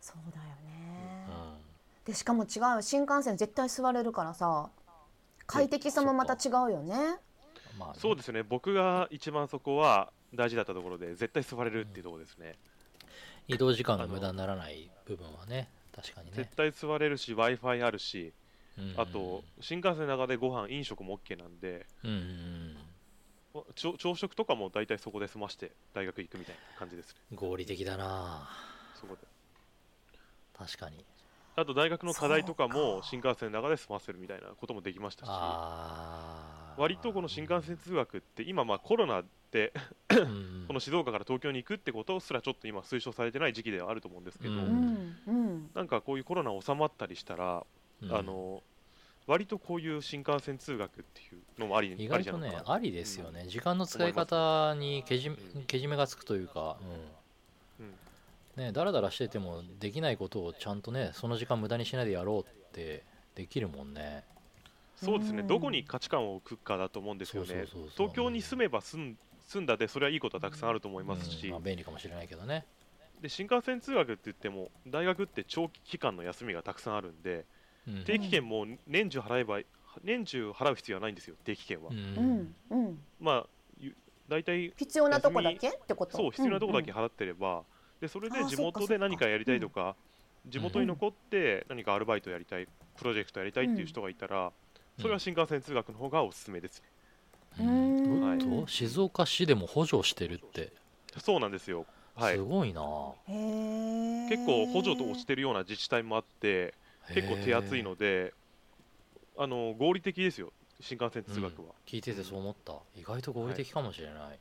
Speaker 1: そうだよ
Speaker 2: う
Speaker 1: ね
Speaker 2: ん。。
Speaker 1: で、しかも違うよ。新幹線絶対座れるからさ。快適さもまた違うよね。
Speaker 2: まあね、
Speaker 3: そうですね僕が一番そこは大事だったところで絶対座れるっていうところですね、
Speaker 2: 移動時間が無駄にならない部分はね、確かにね
Speaker 3: 絶。対座れるし w i f i あるし
Speaker 2: うん
Speaker 3: あと、新幹線の中でご飯飲食も OK なんで
Speaker 2: うんうんうん。
Speaker 3: 朝朝食とかも大体そこで済まして大学行くみたいな感じですね
Speaker 2: 合理的だな
Speaker 3: そこで
Speaker 2: 確かに
Speaker 3: あと大学の課題とか
Speaker 1: そう
Speaker 3: も
Speaker 1: か
Speaker 3: 新幹線の中で済ませるみたいなこともできましたし
Speaker 2: あー
Speaker 3: 割とこの新幹線通学って今まあコロナで
Speaker 2: うん
Speaker 3: この静岡から東京に行くってことすらちょっと今推奨されてない時期ではあると思うんですけど、
Speaker 2: う
Speaker 1: うんん。うん。
Speaker 3: なんかこういうコロナ収まったりしたら、
Speaker 2: うん
Speaker 3: あの割とこういう新幹線通学っていうのもあり
Speaker 2: 意
Speaker 3: あ
Speaker 2: 外
Speaker 3: りじゃ
Speaker 2: と
Speaker 3: ない
Speaker 2: ね
Speaker 3: かな、
Speaker 2: ありですよね時間の使い方にけじめけじめがつくというかうん
Speaker 3: うん
Speaker 2: ねだらだらしててもできないことをちゃんとねその時間無駄にしないでやろうってできるもんね
Speaker 3: そうですね、
Speaker 1: うん
Speaker 3: どこに価値観を置くかだと思うんですよね
Speaker 2: そうそうそうそう
Speaker 3: 東京に住めば住ん住んだでそれはいいことはたくさんあると思いますし、
Speaker 2: うんまあ、便利かもしれないけどね
Speaker 3: で新幹線通学って言っても大学って長期期間の休みがたくさんあるんで
Speaker 2: うん
Speaker 3: 定期券も年中払えば年中払う必要はないんですよ定期券は、
Speaker 1: う
Speaker 2: うん
Speaker 1: んうん
Speaker 3: まあゆ大体
Speaker 1: 必要なとこだけってこと
Speaker 3: そう必要なとこだけ
Speaker 1: うん
Speaker 3: 払ってれば、でそれ
Speaker 1: あ
Speaker 3: で
Speaker 1: ー
Speaker 3: 地
Speaker 1: そっかそ
Speaker 3: 元
Speaker 1: っか
Speaker 3: で何かやりたいとか地元に残って何かアルバイトやりたいプロジェクトやりたいっていう人がいたら、それは新幹線通学の方がおすすめです
Speaker 2: う
Speaker 3: ね、
Speaker 2: ん
Speaker 1: はい
Speaker 2: おっと静岡市でも補助してるって、
Speaker 3: そうなんですよはい
Speaker 2: すごいな
Speaker 1: うんへー
Speaker 3: 結構補助と押してるような自治体もあって結構手厚い
Speaker 2: へ
Speaker 3: のであの合理的ですよ新幹線
Speaker 2: ー
Speaker 3: 通学は、
Speaker 2: うん聞いててそう思った意外と合理的かもしれない、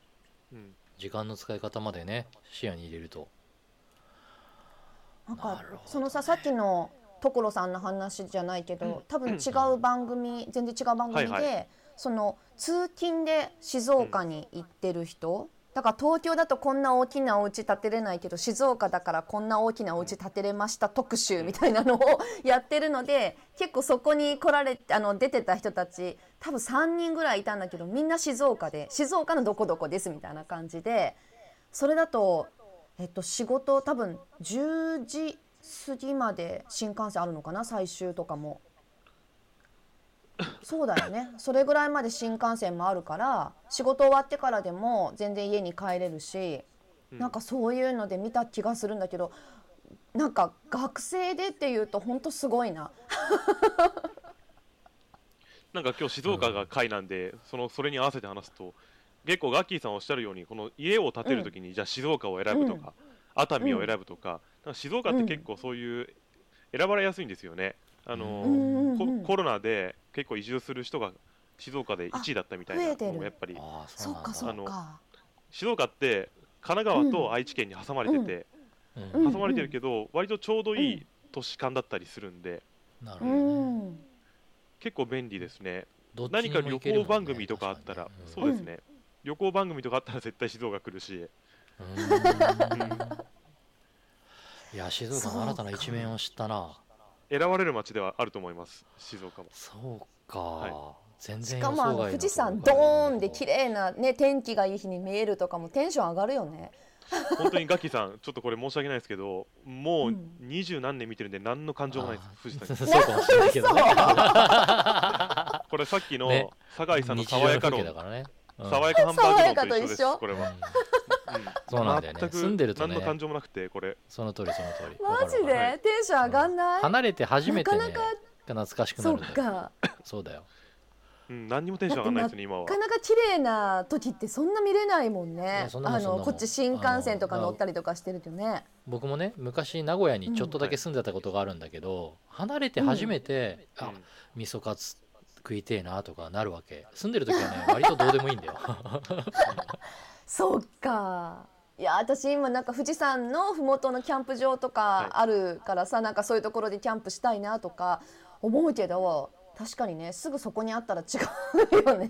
Speaker 3: うん
Speaker 2: 時間の使い方までね視野に入れると
Speaker 1: なん
Speaker 2: な
Speaker 1: か
Speaker 2: るほどね
Speaker 1: そのささっきの所さんの話じゃないけど、
Speaker 3: うん
Speaker 1: 多分違う番組、全然違う番組で、
Speaker 3: はい
Speaker 1: その通勤で静岡に行ってる人、だから東京だとこんな大きなお家建てれないけど静岡だからこんな大きなお家建てれました特集みたいなのを やってるので結構そこに来られあの出てた人たち多分3人ぐらいいたんだけどみんな静岡で静岡のどこどこですみたいな感じでそれだとえっと、仕事多分10時過ぎまで新幹線あるのかな最終とかもそうだよねそれぐらいまで新幹線もあるから仕事終わってからでも全然家に帰れるし、
Speaker 3: うん
Speaker 1: なんかそういうので見た気がするんだけどなんか学生でっていうと本当すごいな
Speaker 3: なんか今日静岡が会なんで、そのそれに合わせて話すと結構ガッキーさんおっしゃるようにこの家を建てるときに、じゃあ静岡を選ぶとか、熱海を選ぶとか,、なんか静岡って結構そういう選ばれやすいんですよね。あの
Speaker 1: うんうんうん
Speaker 3: ココロナで結構移住する人が静岡で1位だったみたい
Speaker 1: あ増
Speaker 3: な
Speaker 1: えてる
Speaker 3: のもやっぱり
Speaker 2: ああ
Speaker 1: そ
Speaker 2: そうな
Speaker 1: っ
Speaker 2: んだ
Speaker 1: かそ
Speaker 3: あ
Speaker 1: っ
Speaker 3: の
Speaker 1: か
Speaker 3: 静岡って神奈川と愛知県に挟まれてて、
Speaker 2: うん
Speaker 1: うん
Speaker 3: 挟まれてるけど、割とちょうどいい都市間だったりするんで
Speaker 2: なる
Speaker 1: う
Speaker 2: ほどね
Speaker 1: ん
Speaker 3: 結構便利ですね。
Speaker 2: どっちに
Speaker 3: 何か
Speaker 2: も
Speaker 3: 旅
Speaker 2: 行けるもんね
Speaker 3: 行番組とかあったら、
Speaker 2: 確
Speaker 3: そ
Speaker 2: か
Speaker 3: う
Speaker 2: に
Speaker 3: ですね、旅行番組とかあったら絶対静岡来るし、
Speaker 2: うんうんいや静岡の新たな一面を知ったな
Speaker 3: 選ばれる街ではあると思います、静 岡も。
Speaker 2: そうか、
Speaker 3: は
Speaker 2: 全然
Speaker 1: し
Speaker 2: 予
Speaker 1: か
Speaker 2: 想
Speaker 1: もあ
Speaker 2: 外
Speaker 1: の
Speaker 2: な
Speaker 1: 富士山
Speaker 2: と
Speaker 1: ド
Speaker 2: ころから
Speaker 1: ーンで綺麗なね天気がいい日に見えるとかもテンション上がるよね
Speaker 3: 本当にガキさん、ちょっとこれ申し訳ないですけど、も
Speaker 1: う
Speaker 3: うん二十何年見てるんで、何の感情もないです
Speaker 2: あ、ー
Speaker 3: 富士山に。
Speaker 2: そうかもしれないけどね
Speaker 3: これさっ
Speaker 2: ね
Speaker 3: きの酒井さんの爽やか
Speaker 2: 日常の風景
Speaker 3: 論、
Speaker 2: だからね、うん
Speaker 3: 爽やかハンバーグ論と一緒で
Speaker 1: 爽やかと一緒
Speaker 3: す、こ れは。うん
Speaker 2: そうなんだよね
Speaker 3: 全く
Speaker 2: 住んでるとね
Speaker 3: 何の感情もなくて、これ。
Speaker 2: その通りその通り
Speaker 1: マジで、
Speaker 2: わかるわか
Speaker 3: は
Speaker 1: テンション上がん
Speaker 2: る
Speaker 1: ない、
Speaker 2: 離れて初めてね
Speaker 1: なかなか
Speaker 2: 懐かしくな
Speaker 1: そ
Speaker 2: る
Speaker 1: っ
Speaker 2: んだよ
Speaker 1: か
Speaker 2: そうだよ
Speaker 3: うん、何にもテンション上がらないですね、今
Speaker 1: な
Speaker 3: は。
Speaker 1: かなか綺麗な時ってそんな見れないもんね
Speaker 2: やそんなもん
Speaker 1: あ
Speaker 2: そん
Speaker 1: の
Speaker 2: なもん
Speaker 1: こっち新幹線とか乗ったりとかしてるとね
Speaker 2: 僕もね昔名古屋にちょっとだけ住んでたことがあるんだけど、離れて初めて、あ
Speaker 3: うん
Speaker 2: 味噌カツ食いてえなとかなるわけ住んでる時は ね割とどうでもいいんだよ
Speaker 1: そっかいや私今なんか富士山の麓のキャンプ場とかあるからさ、なんかそういうところでキャンプしたいなとか思うけど確かにねすぐそこにあったら違うよ ね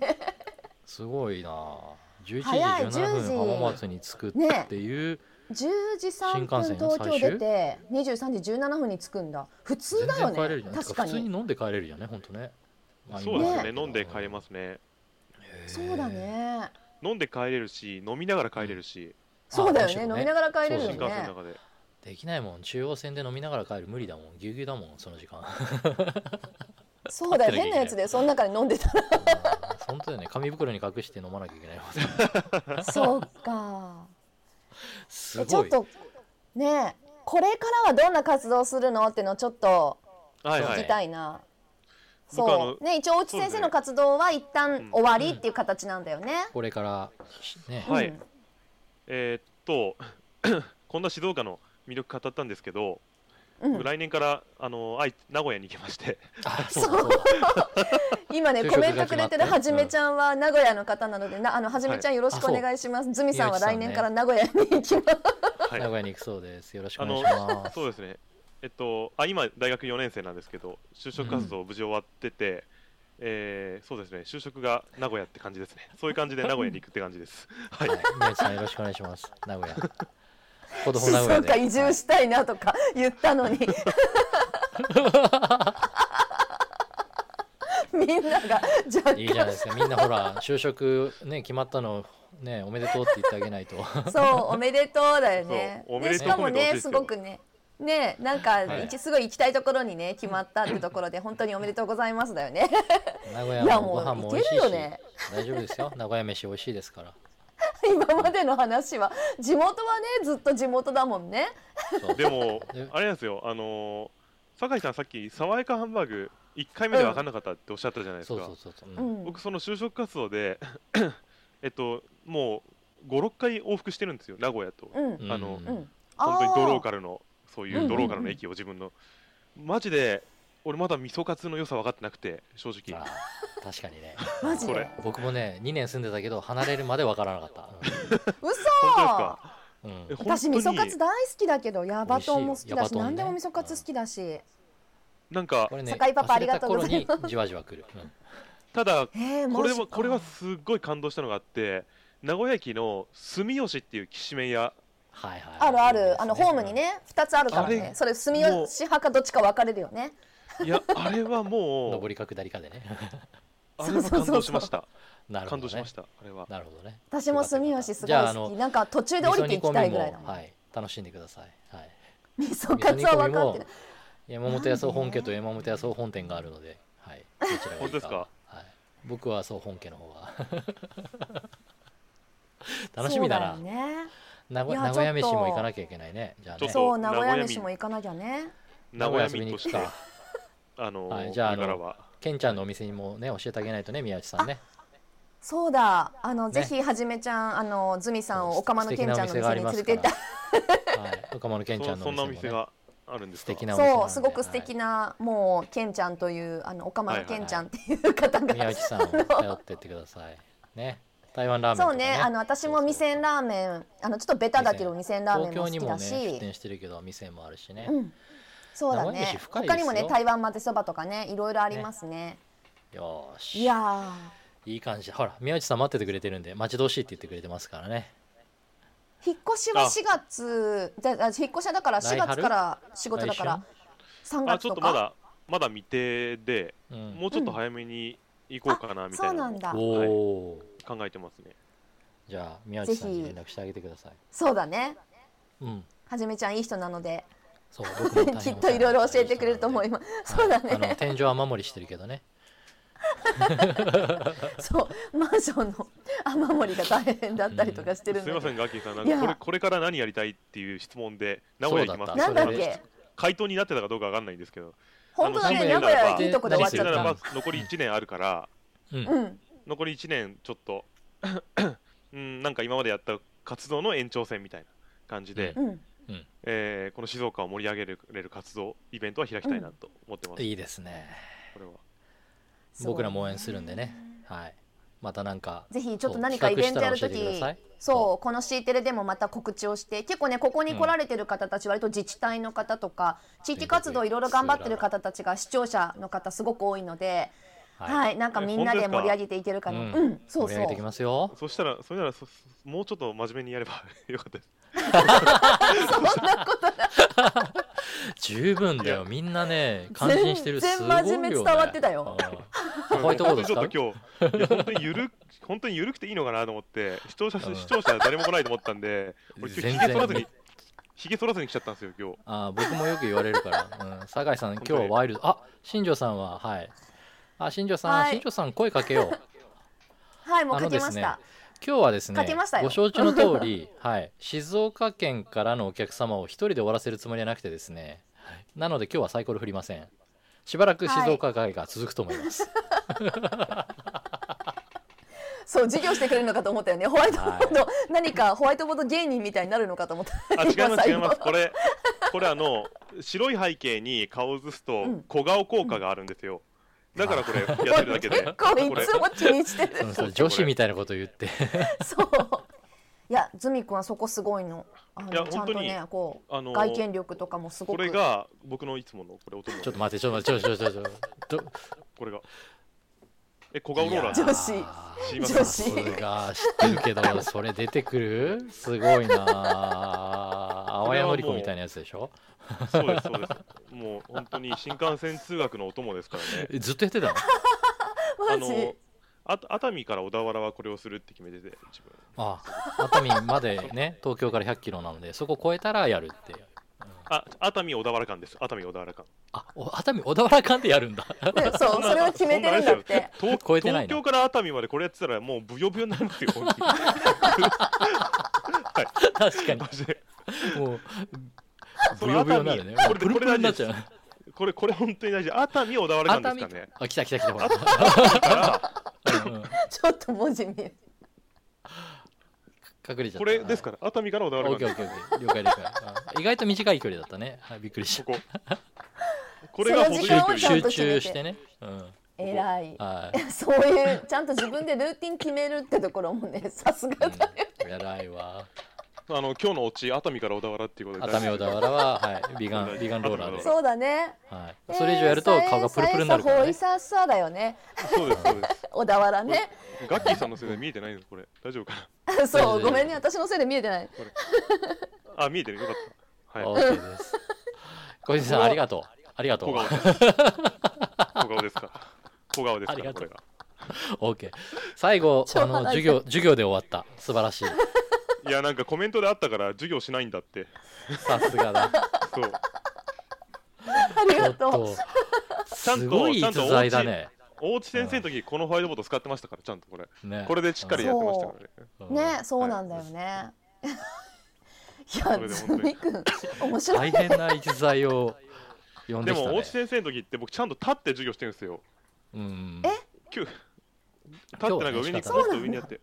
Speaker 2: すごいなあ11時
Speaker 1: 早い10
Speaker 2: 17
Speaker 1: 時
Speaker 2: 分浜松に着く
Speaker 1: ね
Speaker 2: っていう、
Speaker 1: 10時3
Speaker 2: 新幹
Speaker 1: 分
Speaker 2: 線
Speaker 1: 東京
Speaker 2: 最終
Speaker 1: 出て23時17分に着くんだ普通
Speaker 2: 全
Speaker 1: だよ
Speaker 2: 然帰
Speaker 1: ね
Speaker 2: れるじゃん
Speaker 1: 確か
Speaker 2: 普通に
Speaker 1: に
Speaker 2: 飲んで帰れるじゃんね本当ねあ
Speaker 3: そうですよ
Speaker 1: ね
Speaker 3: ね、飲んで帰れますね。
Speaker 2: へえ
Speaker 1: そうだね
Speaker 3: 飲んで帰れるし、飲みながら帰れるし、
Speaker 1: そうだよ
Speaker 2: あ
Speaker 1: ね
Speaker 2: むしろ
Speaker 1: 飲みながら帰れる
Speaker 2: そ
Speaker 1: よ
Speaker 2: う
Speaker 3: 新
Speaker 1: ね
Speaker 3: 幹線の中で。
Speaker 2: できないもん中央線で飲みながら帰る無理だもんぎゅうぎゅうだもんその時 間
Speaker 1: そうだよ
Speaker 2: 合ってる
Speaker 1: 変なやつでその中で飲んでたら
Speaker 2: 本当だよね紙袋に隠して飲まなきゃいけないもん
Speaker 1: そうか
Speaker 2: す
Speaker 1: えちょ
Speaker 2: ご
Speaker 1: っ
Speaker 2: い
Speaker 1: とねえこれからはどんな活動するのってのをちょっと
Speaker 3: はいは
Speaker 1: 聞
Speaker 3: い
Speaker 1: き。たいな、
Speaker 3: 僕あの
Speaker 1: そうね一応大内先生の活動は一旦終わりっていう形なんだよね、
Speaker 2: これからね
Speaker 3: うんはい
Speaker 1: うん
Speaker 3: えーっと こんな静岡の魅力語ったんですけど、
Speaker 1: うん
Speaker 3: 来年からあの愛名古屋に行きまして、
Speaker 2: あそうだそうだ
Speaker 1: 今ね
Speaker 2: 就
Speaker 1: コ
Speaker 2: 職
Speaker 1: メ
Speaker 2: が
Speaker 1: ントくれて
Speaker 2: 決
Speaker 1: る
Speaker 2: まって
Speaker 1: はじめちゃんは名古屋の方なのでなあのはじめちゃんよろしくお願いしますズミさんは来年から名古屋に行きます
Speaker 3: は
Speaker 2: 名古
Speaker 3: い、
Speaker 2: 屋に行くそうですよろしくお願いします
Speaker 3: そうですね、えっとあ今、大学4年生なんですけど、就職活動無事終わってて、えーそうですね、就職が名古屋って感じですね、そういう感じで名古屋に行くって感じです。 はい
Speaker 2: はい、メイさんよろしくお願いします。名古屋。子供
Speaker 1: 静
Speaker 2: 名古屋
Speaker 1: 岡
Speaker 2: で。
Speaker 1: 移住したいなとか言ったのにめみんなが若干
Speaker 2: いいじゃないですかみんなほら就職ね決まったのねおめでとうって言ってあげな いと
Speaker 1: そうおめでとうだよね。
Speaker 3: そうおめ
Speaker 1: ね
Speaker 3: で
Speaker 1: し
Speaker 3: とう
Speaker 1: かも
Speaker 3: コメント
Speaker 1: ね
Speaker 3: 欲しいですすよ
Speaker 1: ごくねねなんか、
Speaker 2: はい
Speaker 1: 一すごい行きたいところにね決まったってところで 本当におめでとうございますだよね。
Speaker 2: 名古
Speaker 1: いや
Speaker 2: 屋も
Speaker 1: もう
Speaker 2: ご飯も美味しい
Speaker 1: いけるよ
Speaker 2: し、
Speaker 1: ね
Speaker 2: 大丈夫ですよ名古屋飯美味しいですから
Speaker 1: 今までの話は地元はねずっと地元だもんね。
Speaker 2: そう
Speaker 3: でも
Speaker 2: え、
Speaker 3: あれなんですよ、あのー、酒井さん、さっき、爽やかハンバーグ、1回目で分かんなかったっておっしゃったじゃないです
Speaker 2: そ
Speaker 3: か。
Speaker 2: うそうそうそう、
Speaker 1: う
Speaker 2: うん
Speaker 1: ん。
Speaker 3: 僕、その就職活動で、 えっと、もう5、6回往復してるんですよ、名古屋と。
Speaker 1: うん。
Speaker 2: うん
Speaker 3: あ
Speaker 1: う
Speaker 3: の
Speaker 1: ん。
Speaker 3: 本当にドロー
Speaker 1: ら。
Speaker 3: カルの、そう
Speaker 2: うん
Speaker 3: い
Speaker 2: うん
Speaker 3: う
Speaker 2: うん
Speaker 3: ドローカルの駅を自分の。マジで、俺、まだ味噌カツの良さ分かってなくて、正直
Speaker 2: あ。ー確かにね
Speaker 1: マジ
Speaker 3: こ
Speaker 1: で
Speaker 3: れ。
Speaker 2: 僕もね2年住んでたけど離れるまでわからなかった
Speaker 1: 嘘。
Speaker 3: 本当ですか
Speaker 2: うん、うん
Speaker 3: え本
Speaker 1: 私
Speaker 3: 当に
Speaker 1: 味噌カツ大好きだけどヤバトンも好きだし
Speaker 2: 美味しいよヤバトンね
Speaker 1: 何でも味噌カツ好きだし。
Speaker 3: なんか
Speaker 2: こ、れね
Speaker 1: 酒井パパありがとうござい
Speaker 2: 忘れ
Speaker 1: ま
Speaker 2: た
Speaker 1: す
Speaker 2: 頃にじわじわ来る、うん
Speaker 3: ただ、
Speaker 1: えー
Speaker 3: これ
Speaker 1: マジ
Speaker 3: は
Speaker 1: か
Speaker 3: これはすっごい感動したのがあって、名古屋駅の住吉っていうきしめん屋、
Speaker 2: はいはい
Speaker 1: あるあるあのホームにね二つあるから
Speaker 3: あ
Speaker 1: ね
Speaker 3: れ
Speaker 1: それ住吉派かどっちか分かれるよね。
Speaker 3: いや、あれはもう
Speaker 2: 上、りか下りかで ね
Speaker 3: あれは感動しました。
Speaker 2: なるほど、ね、
Speaker 3: 感動しました。あれは。
Speaker 2: なるほどね
Speaker 1: 私も住吉すご
Speaker 2: じ
Speaker 1: い
Speaker 2: ゃああ
Speaker 1: 好
Speaker 2: の
Speaker 1: きなんか途中で降りていきたいぐらいだも
Speaker 2: 味噌煮込みも
Speaker 1: ん
Speaker 2: はい楽しんでくださいはい
Speaker 1: 味噌カツは分かってない
Speaker 2: 山本屋総本家と山本屋総本店があるので、はい、どちらがいいか
Speaker 3: 本当ですか
Speaker 2: はい、僕は総本家の 方が楽しみだな
Speaker 1: そうよね
Speaker 2: 名古
Speaker 1: いや
Speaker 2: 名古屋
Speaker 1: ちょ
Speaker 2: 飯
Speaker 1: っと
Speaker 2: も行かなきゃいけないねじゃあ
Speaker 3: ちょっ
Speaker 2: ね
Speaker 3: と
Speaker 1: そう名古屋
Speaker 3: 名古屋
Speaker 1: 飯
Speaker 3: 民
Speaker 1: も行かなきゃね
Speaker 3: 名古屋民
Speaker 2: に
Speaker 3: と
Speaker 2: 来
Speaker 3: したて、あのー、
Speaker 2: はいじ
Speaker 3: じ
Speaker 2: ゃあ
Speaker 3: ゃあからは。
Speaker 2: ケンちゃんのお店にもね教えてあげないとね宮内さんね
Speaker 1: そうだあの、
Speaker 2: ね
Speaker 1: ぜひはじめちゃんあのズミさんをおかまのけんちゃんの店に連れて行っ
Speaker 2: 素敵なお店があります
Speaker 1: た
Speaker 2: からはいおかまのケンちゃ
Speaker 3: そ
Speaker 2: んの
Speaker 3: そんな
Speaker 2: お
Speaker 3: お
Speaker 2: 店
Speaker 3: 店
Speaker 2: もね
Speaker 3: があるんです
Speaker 2: 素
Speaker 3: か
Speaker 2: 敵なお店
Speaker 1: そ
Speaker 2: なんで
Speaker 1: うすごく素敵な、もうけんちゃんというあのおかまのけんちゃんっていう方
Speaker 2: はい
Speaker 1: が、
Speaker 2: 宮内さんを頼ってってくださいね台湾ラーメンと
Speaker 1: そ
Speaker 2: か
Speaker 1: うね
Speaker 2: ね
Speaker 1: あの私も味
Speaker 2: そう
Speaker 1: 仙ラーメンあのちょっとベタだけど味仙ラーメン
Speaker 2: 東
Speaker 1: も好
Speaker 2: 京に
Speaker 1: き
Speaker 2: も
Speaker 1: だ
Speaker 2: ね
Speaker 1: し、
Speaker 2: 出店してるけど店もあるしね、
Speaker 1: うん、そうだ
Speaker 2: 名古屋飯
Speaker 1: ね
Speaker 2: 深いです
Speaker 1: 他
Speaker 2: よ
Speaker 1: にもね台湾まぜそばとかねいろいろありますね
Speaker 2: よーし
Speaker 1: いや
Speaker 2: いい感じだほら宮内さん待っててくれてるんで待ち遠しいって言ってくれてますからね
Speaker 1: ー引っ越しは4月だあ引っ越しはだから4
Speaker 2: 来
Speaker 1: 月
Speaker 2: 春
Speaker 1: から仕事だから3
Speaker 3: あ、
Speaker 1: 月
Speaker 3: ちょ
Speaker 1: と
Speaker 3: っとま
Speaker 1: か
Speaker 3: だ、まだ未定で、
Speaker 2: 来週うん
Speaker 3: もうちょっと早めに行こうかなみた
Speaker 1: そう
Speaker 3: い
Speaker 1: な
Speaker 3: なの
Speaker 1: ん
Speaker 3: を
Speaker 1: だ
Speaker 2: おお、
Speaker 3: 考えてますね。
Speaker 2: じゃあ宮内さんに
Speaker 1: ぜひ
Speaker 2: 連絡してあげてください
Speaker 1: そうだね
Speaker 2: うん
Speaker 1: はじめちゃんいい人なので
Speaker 2: そう僕も大変
Speaker 1: きっといろいろ教えてくれると思い
Speaker 2: ま
Speaker 1: ますそうだ
Speaker 2: あの
Speaker 1: ね
Speaker 2: 天井雨漏りしてるけどね
Speaker 1: そうマンションの雨漏りが大変だったりとかしてるん
Speaker 3: すみま
Speaker 1: で
Speaker 3: せん、ガッキーさん、なん
Speaker 1: いや
Speaker 3: かこれこれから何やりたいっていう質問で、名古屋行きます
Speaker 2: そう
Speaker 3: て
Speaker 1: なんだっ
Speaker 2: それ
Speaker 1: け
Speaker 3: 回答になってたかどうかわかんないんですけど、
Speaker 1: 本当だね
Speaker 3: あの
Speaker 1: 名古屋いいとこで終わっ
Speaker 2: そ
Speaker 1: ちゃ
Speaker 3: な
Speaker 1: っ
Speaker 2: う
Speaker 3: ら
Speaker 1: た
Speaker 3: ば残り1年あるから、
Speaker 2: うん、
Speaker 1: うん
Speaker 3: 残り1年ちょっ と、うん、なんか今までやった活動の延長線みたいな感じで、
Speaker 2: うん
Speaker 1: うん
Speaker 3: えーこの静岡を盛り上げれる活動、イベントは開きたいなと思ってます。
Speaker 2: いいですね
Speaker 3: これは
Speaker 2: 僕らも応援するんでねはいまたなんか
Speaker 1: ぜひちょっと何かイベントやるとき
Speaker 2: そう企画したら教えてください
Speaker 1: そうこの C テレでもまた告知をして結構ねここに来られてる方たち、割と自治体の方とか地域活動いろいろ頑張ってる方たちが視聴者の方すごく多いので、はい、なんかみんなで盛り上げていけるかな
Speaker 2: え本当
Speaker 1: う
Speaker 2: ですか
Speaker 1: ん、そう
Speaker 2: 盛り上
Speaker 1: そ
Speaker 2: げていき
Speaker 1: う
Speaker 2: ますよ
Speaker 3: そしたら、それならそもうちょっと真面目にやれば よかったです。
Speaker 2: 十分だよみんなね感心してる
Speaker 1: 全
Speaker 2: す
Speaker 1: 然
Speaker 2: ごいよ、ね、
Speaker 1: 真面目伝わってたよ
Speaker 2: うんあこういうとこですか
Speaker 3: 本当にちょっと今日、いや本当にゆる、本当にゆるくて いいのかなと思って、視聴者、視聴者誰も来ないと思ったんで、俺今日ひげ剃らずに、ひげ剃らずに来ちゃったんですよ、今日。
Speaker 2: ああ僕もよく言われるから、うん、酒井さん今日はワイルドあ新庄さんははいあ新庄さん、
Speaker 1: はい
Speaker 2: 新庄さん声かけよう
Speaker 1: はい もう
Speaker 2: あ
Speaker 1: 書
Speaker 2: の
Speaker 1: き
Speaker 2: で
Speaker 1: ますし
Speaker 2: ね
Speaker 1: た、
Speaker 2: 今日はです
Speaker 1: か
Speaker 2: ね
Speaker 1: けましたよ
Speaker 2: ご承知の通り はい静岡県からのお客様を一人で終わらせるつもりはなくてですねなので今日はサイコロ振りませんしばらく静岡会が続くと思います、
Speaker 1: そう授業してくれるのかと思ったよねホワイトボード、何かホワイトボード芸人みたいになるのかと思った
Speaker 3: あ、違いま
Speaker 1: 今
Speaker 3: す、
Speaker 1: 最
Speaker 3: 違い
Speaker 1: 後
Speaker 3: ます。これ、これあの、白い背景に顔を映すと
Speaker 1: うん、
Speaker 3: 小顔効果があるんですよ。だからこれ、やってるだけで。
Speaker 1: 結構いつも気にしてる
Speaker 2: うんそう女子みたいなこと言って
Speaker 1: そういやズミ君はそこすごいのあの
Speaker 3: いや
Speaker 1: ちゃんと
Speaker 3: 本当
Speaker 1: ね
Speaker 3: に
Speaker 1: こう
Speaker 3: あの
Speaker 1: 外見力とかもすご
Speaker 3: こ
Speaker 1: く
Speaker 3: れが僕のいつものこれ音の
Speaker 2: ちょっと待ってちょっと待ってちょっと待ってちょっと待って
Speaker 3: これがえ小
Speaker 2: ど
Speaker 3: 顔ローラー
Speaker 1: いや女子
Speaker 3: 知りま
Speaker 1: 女
Speaker 3: せ
Speaker 1: 子
Speaker 3: ん
Speaker 2: さすが知ってるけどそれ出てくるすごいなあ青山のり子みたいなやつでしょ
Speaker 3: そうですそうですもう本当に新幹線通学のお供ですからね
Speaker 2: えずっとやってたの
Speaker 1: マ
Speaker 3: あ
Speaker 1: ジ
Speaker 3: のあ熱海から小田原はこれをするって決めてて自分
Speaker 2: あ熱海までね東京から1 0 0キロなのでそこ越えたらやるっていう、うん
Speaker 3: あ熱海小田原間です熱海小田原間
Speaker 2: あお熱海小田原間でやるんだ
Speaker 1: うんそうそれを決めてるんだって
Speaker 3: 東
Speaker 2: 超えてない
Speaker 3: 東
Speaker 2: な
Speaker 3: 京から熱海までこれやってたらもうブヨブヨになる んですよ本当にはい
Speaker 2: 確かに
Speaker 3: マジで
Speaker 2: もう
Speaker 3: そ
Speaker 2: ブ
Speaker 3: の
Speaker 2: ヨブヨ
Speaker 3: 熱海
Speaker 2: になるね
Speaker 3: これ
Speaker 2: プルプルになっちゃう
Speaker 3: これこれ本当に大事熱海小田原間ですかね
Speaker 2: あ来た来た来たほら
Speaker 3: だから
Speaker 2: うんうん
Speaker 1: ちょっと文字見る
Speaker 2: 隠れちゃった
Speaker 3: これですから熱海から小田
Speaker 2: オ
Speaker 3: 原
Speaker 2: ッ
Speaker 3: 間
Speaker 2: ケーオッケーオッケー了解了解あ意外と短い距離だったね、はい、びっくりし
Speaker 3: こ
Speaker 2: た
Speaker 3: ここれが
Speaker 1: その
Speaker 3: 程
Speaker 1: 時
Speaker 3: よい
Speaker 1: 間
Speaker 3: 距
Speaker 1: を
Speaker 3: 離
Speaker 1: ちゃん
Speaker 2: 集
Speaker 1: と決めて
Speaker 2: 中してね、うん、
Speaker 1: 偉い
Speaker 2: はい
Speaker 1: いやそういうちゃんと自分でルーティン決めるってところもねさすがだよ
Speaker 2: うん、偉いわ
Speaker 3: あの今日のオチ熱海から小田原っていうことで
Speaker 2: 熱海小田原は、はい、 ビガンビガンローラーで、
Speaker 1: そうだね
Speaker 2: はい、それ以上やると顔がプルプルになるか
Speaker 1: からら
Speaker 2: ね
Speaker 1: ねささだよね
Speaker 3: そうですそうです
Speaker 1: 小田原ね
Speaker 3: ガッキーさんのせいで見えてないんですこれ大丈夫かな
Speaker 1: そうごめんね私のせいで見えてない
Speaker 3: あ見えてるよかったはい
Speaker 2: OK です小泉さんありがとうありがとう
Speaker 3: 小顔です小顔ですか小顔です
Speaker 2: あり
Speaker 3: か
Speaker 2: が
Speaker 3: ことれ
Speaker 2: う
Speaker 3: が
Speaker 2: オッケー最後
Speaker 1: 超
Speaker 2: あ
Speaker 1: 話
Speaker 2: の
Speaker 1: せ
Speaker 2: 授業授業で終わった素晴らしい
Speaker 3: いやなんかコメントであったから授業しないんだって
Speaker 2: さすが だ
Speaker 3: そう
Speaker 1: あり
Speaker 2: ちょ
Speaker 1: が
Speaker 2: っ
Speaker 1: とう
Speaker 2: と
Speaker 3: ゃんと
Speaker 2: すごい
Speaker 3: ちゃ
Speaker 2: 逸
Speaker 3: んとお家
Speaker 2: 材だね
Speaker 3: 大内先生の時このホワイトボード使ってましたからちゃんとこれ
Speaker 2: ね
Speaker 3: これでしっかりやってましたからね
Speaker 2: うん
Speaker 1: ねそうなんだよねいや
Speaker 3: れで
Speaker 1: ズ
Speaker 3: 本当
Speaker 1: ミ
Speaker 3: に
Speaker 1: 君面白い
Speaker 2: 大変な逸材を呼ん
Speaker 3: で
Speaker 2: できた
Speaker 3: も大
Speaker 2: ね
Speaker 3: 内先生の時って僕ちゃんと立って授業してるんですよ
Speaker 2: うん
Speaker 3: 今日立ってなんか上に
Speaker 2: 今日はね仕方
Speaker 3: もっと上にやって
Speaker 2: う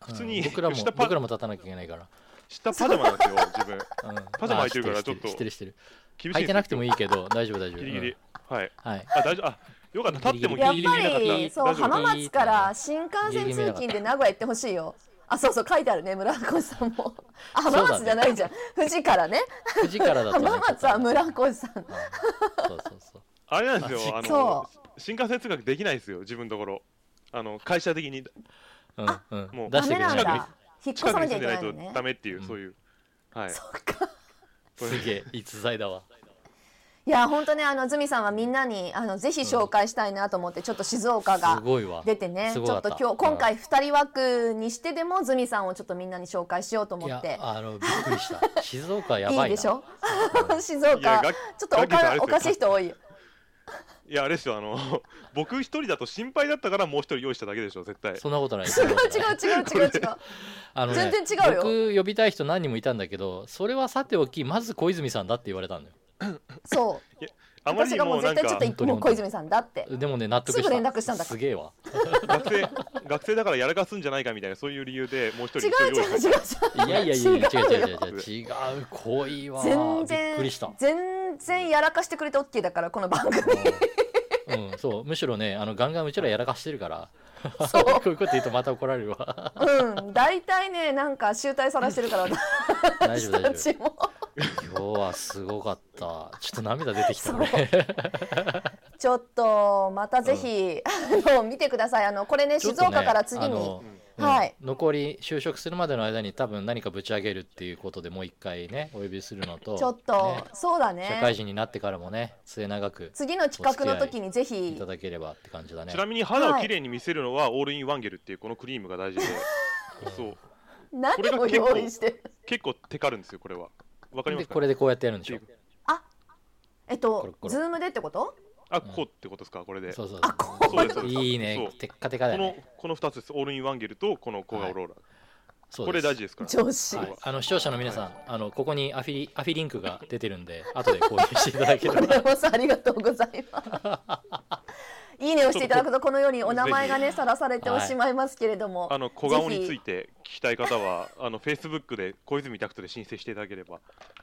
Speaker 3: 普
Speaker 2: ん
Speaker 3: 通に
Speaker 2: 僕らも
Speaker 3: 下パ
Speaker 2: 僕らも立たなきゃいけないから
Speaker 3: 下パジャマなんですよ自分
Speaker 2: うん
Speaker 3: パジャマ履いてるから
Speaker 2: あ知
Speaker 3: ちょっと
Speaker 2: 知ってる知ってる
Speaker 3: 厳しい
Speaker 2: 履い
Speaker 3: で
Speaker 2: て
Speaker 3: す
Speaker 2: なくてもいいけ ど大丈夫大丈夫
Speaker 3: ギリギ
Speaker 2: う
Speaker 3: リ
Speaker 2: ん
Speaker 3: はい
Speaker 2: はい
Speaker 3: あ大丈夫あよかった立ってもギ
Speaker 1: やっ
Speaker 3: リギリ見えなか
Speaker 1: ぱ
Speaker 3: った
Speaker 1: りそう
Speaker 3: 大丈夫
Speaker 1: 浜
Speaker 3: か
Speaker 1: 松から新幹線通勤で名古屋行ってほしいよあそうそう書いてあるね村越さんもあ
Speaker 2: そうだね
Speaker 1: 浜松じゃないじゃん富士からね
Speaker 2: 9時からだとね
Speaker 1: 浜松は村越さん
Speaker 2: うんそうそうそう
Speaker 3: あれなんですよあの
Speaker 1: そ
Speaker 3: 新幹線通学できないんですよ自分のところあの会社的に
Speaker 2: うんう
Speaker 3: も
Speaker 2: ん出
Speaker 3: う
Speaker 1: ダ
Speaker 2: して
Speaker 1: メ
Speaker 2: くれ
Speaker 1: な
Speaker 2: なんい
Speaker 1: だ引っ越
Speaker 3: 近
Speaker 1: さ
Speaker 3: く
Speaker 1: な
Speaker 3: に
Speaker 1: きゃい
Speaker 3: 住ん
Speaker 1: け
Speaker 3: で
Speaker 1: な
Speaker 3: な
Speaker 1: いいの
Speaker 3: と
Speaker 1: ね
Speaker 3: ダメっていう
Speaker 2: うん
Speaker 3: そういうはい
Speaker 1: そっか
Speaker 2: すげえ逸材だわ
Speaker 1: いや本当ねあのズミさんはみんなにあのぜひ紹介したいなと思ってちょっと静岡
Speaker 2: す
Speaker 1: が
Speaker 2: ごいわ
Speaker 1: 出てねち
Speaker 2: すごか
Speaker 1: ょったと今日今回2人枠にしてでもズミさんをちょっとみんなに紹介しようと思
Speaker 2: い
Speaker 1: っ
Speaker 2: や
Speaker 1: て
Speaker 2: あのびっく りした静岡やばい
Speaker 1: い
Speaker 2: ない
Speaker 1: で しょ
Speaker 2: うん
Speaker 1: 静
Speaker 3: いや
Speaker 1: 岡
Speaker 3: ガッ
Speaker 1: ちょっとお
Speaker 3: ガキさん
Speaker 1: か
Speaker 3: あれですよ
Speaker 1: おかしい人多 いよ
Speaker 3: いやあれですよあの 僕一人だと心配だったからもう一人用意しただけでしょ絶対
Speaker 2: そんなことない違
Speaker 1: 違う違う違う違う違う
Speaker 2: あのね
Speaker 1: 全然違うよ
Speaker 2: 僕呼びたい人何人もいたんだけどそれはさておきまず小泉さんだって言われたんだよ
Speaker 1: そう
Speaker 3: あまり
Speaker 1: 私
Speaker 3: に
Speaker 1: がも
Speaker 3: も
Speaker 1: う
Speaker 3: なん
Speaker 1: 絶
Speaker 3: か
Speaker 1: 対ちょっと一
Speaker 2: 本当に
Speaker 1: もう小泉さんだって
Speaker 2: でもね納得した
Speaker 1: すぐ連絡したんだから
Speaker 2: すげえわ
Speaker 3: 学生学生だからやらかすんじゃないかみたいなそういう理由でもう一人
Speaker 1: 違
Speaker 3: 一応
Speaker 1: う
Speaker 3: 用意し
Speaker 1: 違う違う
Speaker 3: た
Speaker 1: 違う
Speaker 2: いやいやいや違う違う違う違う違う濃いわ
Speaker 1: 全
Speaker 2: びっくりした
Speaker 1: 然全然やらかしてくれて OK だからこの番組
Speaker 2: うん、うんそうむしろねあのガンガンうちらやらかしてるから
Speaker 1: そう
Speaker 2: こういうこと言うとまた怒られる わ
Speaker 1: うん大体ねなんか集大さらしてるから
Speaker 2: 大丈
Speaker 1: 私た
Speaker 2: 夫大丈
Speaker 1: ちも
Speaker 2: 夫今日はすごかったちょっと涙出てきた 俺
Speaker 1: ちょっとまたぜひ、あの見てくださいあのこれね
Speaker 2: ちょっ
Speaker 1: 静
Speaker 2: とね
Speaker 1: 岡から次
Speaker 2: あ
Speaker 1: に、
Speaker 2: のうん
Speaker 1: はい
Speaker 2: 残り就職するまでの間に多分何かぶち上げるっていうことでもう一回ねお呼びするのと
Speaker 1: ちょっと、
Speaker 2: ね
Speaker 1: そうだ
Speaker 2: 社会
Speaker 1: ね
Speaker 2: 人になってからもね末永く
Speaker 1: 次の企画の時にぜ
Speaker 2: い
Speaker 1: ひ
Speaker 2: ただければって感じだね
Speaker 3: ちなみに肌をきれいに見せるのはオールインワンゲルっていうこのクリームが 大事で、そう
Speaker 1: 何
Speaker 3: これが
Speaker 1: を
Speaker 3: 結構
Speaker 1: 用意してる
Speaker 3: 結構テカるんですよこれはわかりま
Speaker 2: です
Speaker 3: か
Speaker 2: これでこうやってやるんでしょ
Speaker 1: えっ
Speaker 2: コロ
Speaker 1: と
Speaker 2: コロ
Speaker 1: ズームでってこと
Speaker 3: あこうってことですかこれで
Speaker 2: そうそう
Speaker 1: あこ
Speaker 3: ういうこと
Speaker 2: いい
Speaker 3: そ
Speaker 2: ね
Speaker 3: う
Speaker 2: テッカテカだ
Speaker 3: こ
Speaker 2: よ
Speaker 3: の
Speaker 2: ね
Speaker 3: この2つですオールインワンゲルとこの小顔ローラー、
Speaker 2: そう
Speaker 3: こ
Speaker 2: で
Speaker 3: れ
Speaker 2: す
Speaker 3: 大事ですから
Speaker 1: 女子、
Speaker 2: はい、あの視聴者の皆さん、あのここにアフィリアフィリンクが出てるんで、後で購入していただけれ
Speaker 1: こ
Speaker 2: ば。
Speaker 1: れもさありがとうございます。 いいねをしていただくとこのようにお名前がねさらされておしまいますけれども、
Speaker 3: あの小顔について聞きたい方はあの Facebook で小泉拓人で申請していただければ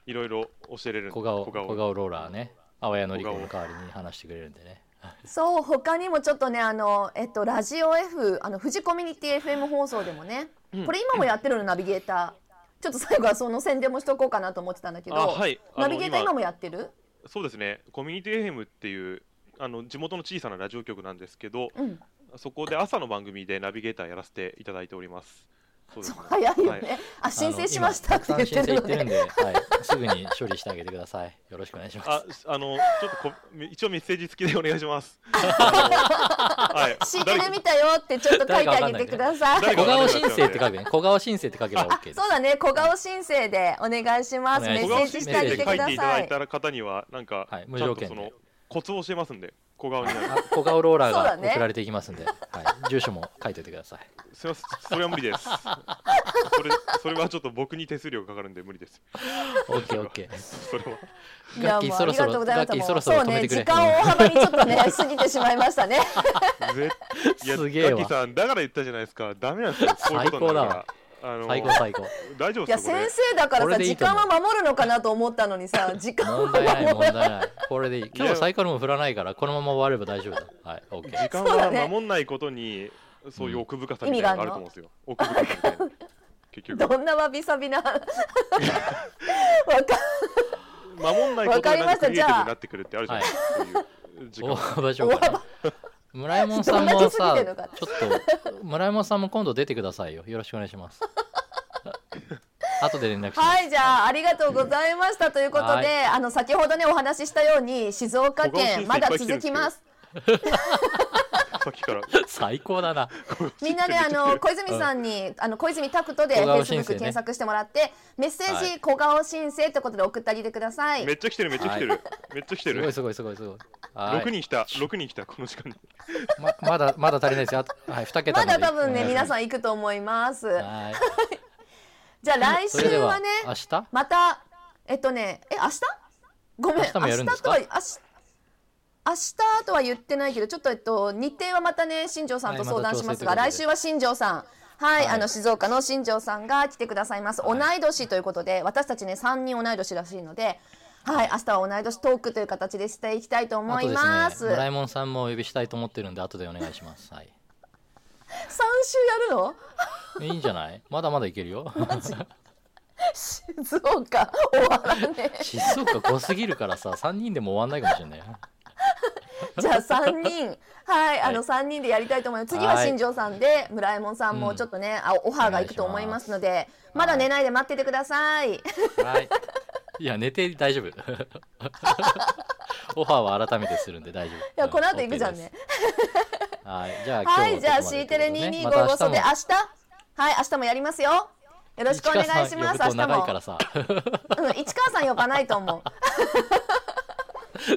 Speaker 3: いろいろ教えれるんで
Speaker 2: 小顔
Speaker 3: 小
Speaker 2: 小
Speaker 3: 顔
Speaker 2: 顔ローラーね、青谷のり子の代わりに話してくれるんでね。
Speaker 1: そう他にもちょっとねあのえっとラジオ F あの富士コミュニティ FM 放送でもね、
Speaker 3: うん
Speaker 1: これ今もやってるのナビゲーター。ちょっと最後はその宣伝もしとこうかなと思ってたんだけど、
Speaker 3: あはいあの
Speaker 1: ナビゲーター今もやってる？
Speaker 3: そうですねコミュニティ FM っていうあの地元の小さなラジオ局なんですけど
Speaker 1: うん。
Speaker 3: そこで朝の番組でナビゲーターやらせていただいておりますそうです
Speaker 1: そう
Speaker 3: ね
Speaker 1: 早いよ
Speaker 3: は
Speaker 1: ね、
Speaker 3: い
Speaker 1: あ申請しましたって
Speaker 2: あの
Speaker 1: 言
Speaker 2: 今
Speaker 1: ってるの
Speaker 2: たくさん申請いってるん
Speaker 1: で
Speaker 2: で、はい、すぐに処理してあげてください。よろしくお願いします。
Speaker 3: あ、あの、ちょっとこ、一応メッセージ付きでお願い します。あのはい
Speaker 1: 知っ。 て
Speaker 3: 誰
Speaker 1: る見たよってちょっと書いてあげてください
Speaker 3: 誰か
Speaker 2: 小
Speaker 3: わかんな
Speaker 2: 顔
Speaker 3: い
Speaker 2: 申請って書けばね。小顔申請って書けば
Speaker 1: あ
Speaker 2: OK です
Speaker 1: そう。だね小顔申請でお願いします
Speaker 2: お願
Speaker 1: メッ
Speaker 2: いし
Speaker 3: 小
Speaker 1: セー
Speaker 2: ま
Speaker 3: 顔
Speaker 2: す
Speaker 1: ジ
Speaker 3: 申
Speaker 1: し
Speaker 3: 請
Speaker 1: てあげ
Speaker 3: で
Speaker 1: て
Speaker 3: 書
Speaker 1: く
Speaker 3: い
Speaker 1: だ
Speaker 3: ていただ
Speaker 1: さい
Speaker 3: いた方には、なんか、
Speaker 2: はい無
Speaker 3: ちゃ
Speaker 2: 条
Speaker 3: んと
Speaker 2: 件
Speaker 3: そ
Speaker 2: で
Speaker 3: の、コツを教えますんで、小顔には。
Speaker 2: あ小顔ローラー
Speaker 1: そうだ
Speaker 2: が
Speaker 1: ね
Speaker 2: 送られていきますんで、はい、住所も書いておいてください。
Speaker 3: すみません、それは無理です。それ、それはちょっと僕に手数料がかかるんで無理です。
Speaker 2: OKOK。
Speaker 3: それ
Speaker 1: い
Speaker 3: は。
Speaker 2: ガ
Speaker 1: や
Speaker 2: ッキー
Speaker 1: もう
Speaker 2: そ
Speaker 1: あ
Speaker 2: ろ
Speaker 1: り
Speaker 2: そ
Speaker 1: がとう
Speaker 2: ろ
Speaker 1: ございます
Speaker 2: ガッキーそ
Speaker 1: もう
Speaker 2: ろそろ
Speaker 1: そ
Speaker 2: 止
Speaker 1: う
Speaker 2: め
Speaker 1: ね
Speaker 2: てくれ
Speaker 1: 時。間を大幅にちょっとね過ぎてしまいました ね
Speaker 3: ぜいや、
Speaker 2: すげえ
Speaker 3: ガッキ
Speaker 2: わ
Speaker 3: ー。さん、だから言ったじゃないですか。ダメなんですよ。こういうことになるから。あの、
Speaker 2: 最高最高。
Speaker 3: 大丈夫
Speaker 1: い
Speaker 3: で
Speaker 1: や
Speaker 3: すよ。こ
Speaker 1: 先
Speaker 3: れ
Speaker 1: 生だから
Speaker 2: こ
Speaker 1: さ
Speaker 2: れでい
Speaker 1: 時
Speaker 2: いと思
Speaker 1: 間
Speaker 2: う
Speaker 1: は守るのかなと思ったのにさ時間は
Speaker 2: 問
Speaker 1: 守
Speaker 2: 題ない問題
Speaker 1: る
Speaker 2: ない。これでいい。今日サイコロも振らないからこのまま終われば大丈夫だ。はい、OK。
Speaker 3: 時間
Speaker 1: そうだね
Speaker 3: は守んないことに、そういう奥深さみたいなのがあると思うんですよ。奥深さみたいな。結局。
Speaker 1: どんなわびさびなわか
Speaker 3: 守んないことでなんかクリエイティブになってくるってあるじゃないですか。そういう時
Speaker 2: 大
Speaker 3: 間。
Speaker 2: 幅紹介。村山さ
Speaker 1: どん
Speaker 2: ん
Speaker 1: だ
Speaker 2: も
Speaker 1: け過ぎて
Speaker 2: さ、
Speaker 1: ん
Speaker 2: ちょ
Speaker 1: の
Speaker 2: っ
Speaker 1: か
Speaker 2: と村山さんも今度出てくださいよ。よろしくお願いします。後で連絡します。
Speaker 1: はいじゃあありがとうございましたということで、
Speaker 2: は
Speaker 1: あの先ほどねお話ししたように静岡県
Speaker 3: 小顔申請
Speaker 1: まだ
Speaker 3: いっぱい来てる
Speaker 1: 続き
Speaker 3: んですけど
Speaker 1: ます
Speaker 3: さっきから。
Speaker 2: 最高だな。
Speaker 1: みんなねあの小泉さんに、あの小泉タクトでフ
Speaker 2: 小顔
Speaker 1: ェ
Speaker 2: 申
Speaker 1: イスブック
Speaker 2: 請ね
Speaker 1: 検索してもらってメッセージ、
Speaker 2: は
Speaker 1: 小顔申請ということで送ってあげてください
Speaker 3: めっちゃ来てる、めっちゃ来てる。めっちゃ来て
Speaker 2: すごい
Speaker 3: る。
Speaker 2: すごいすごいすごい。はい
Speaker 3: 六人来た、六人来た、この時間に。
Speaker 2: ままだまだ足りないですよ。あとはい、二桁
Speaker 1: ま
Speaker 2: まで
Speaker 1: だ多分ね
Speaker 2: お願いしま
Speaker 1: 皆
Speaker 2: す
Speaker 1: さん行くと思います
Speaker 2: はい。
Speaker 1: じゃあ来
Speaker 2: それで
Speaker 1: 週はね
Speaker 2: 明日
Speaker 1: またえっとねえ明日ごめん
Speaker 2: 明日もやるんですか
Speaker 1: 明日とは明日明日とは言ってないけどちょっと、えっと、日程はまたね新庄さんと
Speaker 2: はい
Speaker 1: 相談しますが、
Speaker 2: また
Speaker 1: 来
Speaker 2: 調整
Speaker 1: 週は新庄さんはい、
Speaker 2: はい
Speaker 1: あの静岡の新庄さんが来てくださいます、
Speaker 2: はい
Speaker 1: 同い年ということで私たちね3人同い年らしいのではい明日は同い年トークという形でしていきたいと思
Speaker 2: あ
Speaker 1: い
Speaker 2: と
Speaker 1: ま
Speaker 2: です
Speaker 1: す三
Speaker 2: ね、ドラえもんさんもお呼びしたいと思ってるんで、後でお願いします。はい。
Speaker 1: 週やるの
Speaker 2: いいんじゃないまだまだいけるよ。
Speaker 1: 静岡終わらねえ
Speaker 2: 静岡濃すぎるからさ、3人でも終わんないかもしれないよ。
Speaker 1: じゃあ三人はい、あ
Speaker 2: は
Speaker 1: の
Speaker 2: い
Speaker 1: 三人でやりたいと思います。次
Speaker 2: は
Speaker 1: はい新庄さんで、村えもんさんも
Speaker 2: うん
Speaker 1: ちょっとね、あオファーがいくと思いますので、
Speaker 2: お
Speaker 1: まだ
Speaker 2: 願いします
Speaker 1: 寝ないで待っててください。
Speaker 2: はい。いや、寝て大丈夫。 オファーは改めてするんで大丈夫。い
Speaker 1: いやこの後行くじゃんね。。
Speaker 2: OK ですはい。じゃあ今日は
Speaker 1: はい、じゃあ
Speaker 2: ここまで
Speaker 1: C テレ
Speaker 2: ということでね
Speaker 1: 2255
Speaker 2: また
Speaker 1: そ
Speaker 2: 明
Speaker 1: で
Speaker 2: 日
Speaker 1: 明
Speaker 2: も
Speaker 1: 日はい明日もやりますよ。よろしくお願いします。
Speaker 2: 市川
Speaker 1: 明
Speaker 2: さん呼ぶと
Speaker 1: 日
Speaker 2: 長いか
Speaker 1: も
Speaker 2: ら。さ、
Speaker 1: うん、市川さん呼ばないと思う。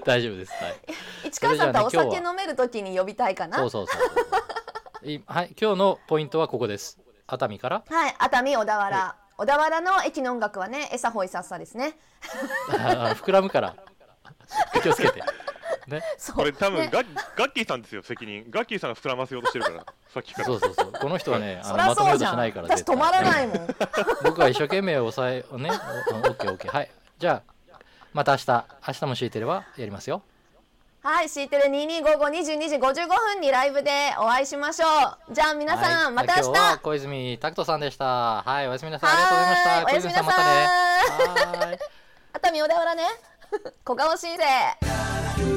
Speaker 2: 大丈夫です。はい。
Speaker 1: 市川さんとはお
Speaker 2: それじゃあね
Speaker 1: 酒飲める時に呼びたいかな。
Speaker 2: そうそうそうそう。いはい、今日のポイントはここです。熱海から。
Speaker 1: はい、熱海小田原、小田原の駅の音楽はね、エサホイサッサですね。
Speaker 2: あ膨らむから。 気をつけて。ね。
Speaker 1: そう
Speaker 3: これ多分
Speaker 1: ね
Speaker 3: ガッガッキーさんですよ責任ガッキーさんが膨らませようとしてるからさっきから
Speaker 2: そうそうそう。この人はね、あ
Speaker 1: そ
Speaker 2: の
Speaker 1: りゃ
Speaker 2: まとめよ
Speaker 1: そう
Speaker 2: う
Speaker 1: じ
Speaker 2: と
Speaker 1: ゃ
Speaker 2: し
Speaker 1: ん。
Speaker 2: ないから。。
Speaker 1: 私止まらないいもん。
Speaker 2: 僕は一生懸命抑えをね。おおオッケーオッケー。はい。じゃあ、また明日、明日も強いてればやりますよ。
Speaker 1: はい、シーテレ225522時55分にライブでお会いしましょう。じゃあ皆さん、
Speaker 2: はい
Speaker 1: また明
Speaker 2: 今
Speaker 1: 日
Speaker 2: 日は小泉拓人さんでした。はい、おやすみなさい。
Speaker 1: は
Speaker 2: あ
Speaker 1: ーい
Speaker 2: りがとうございました。小泉さん、またね。はーい。
Speaker 1: 熱海小田原ね 小顔申請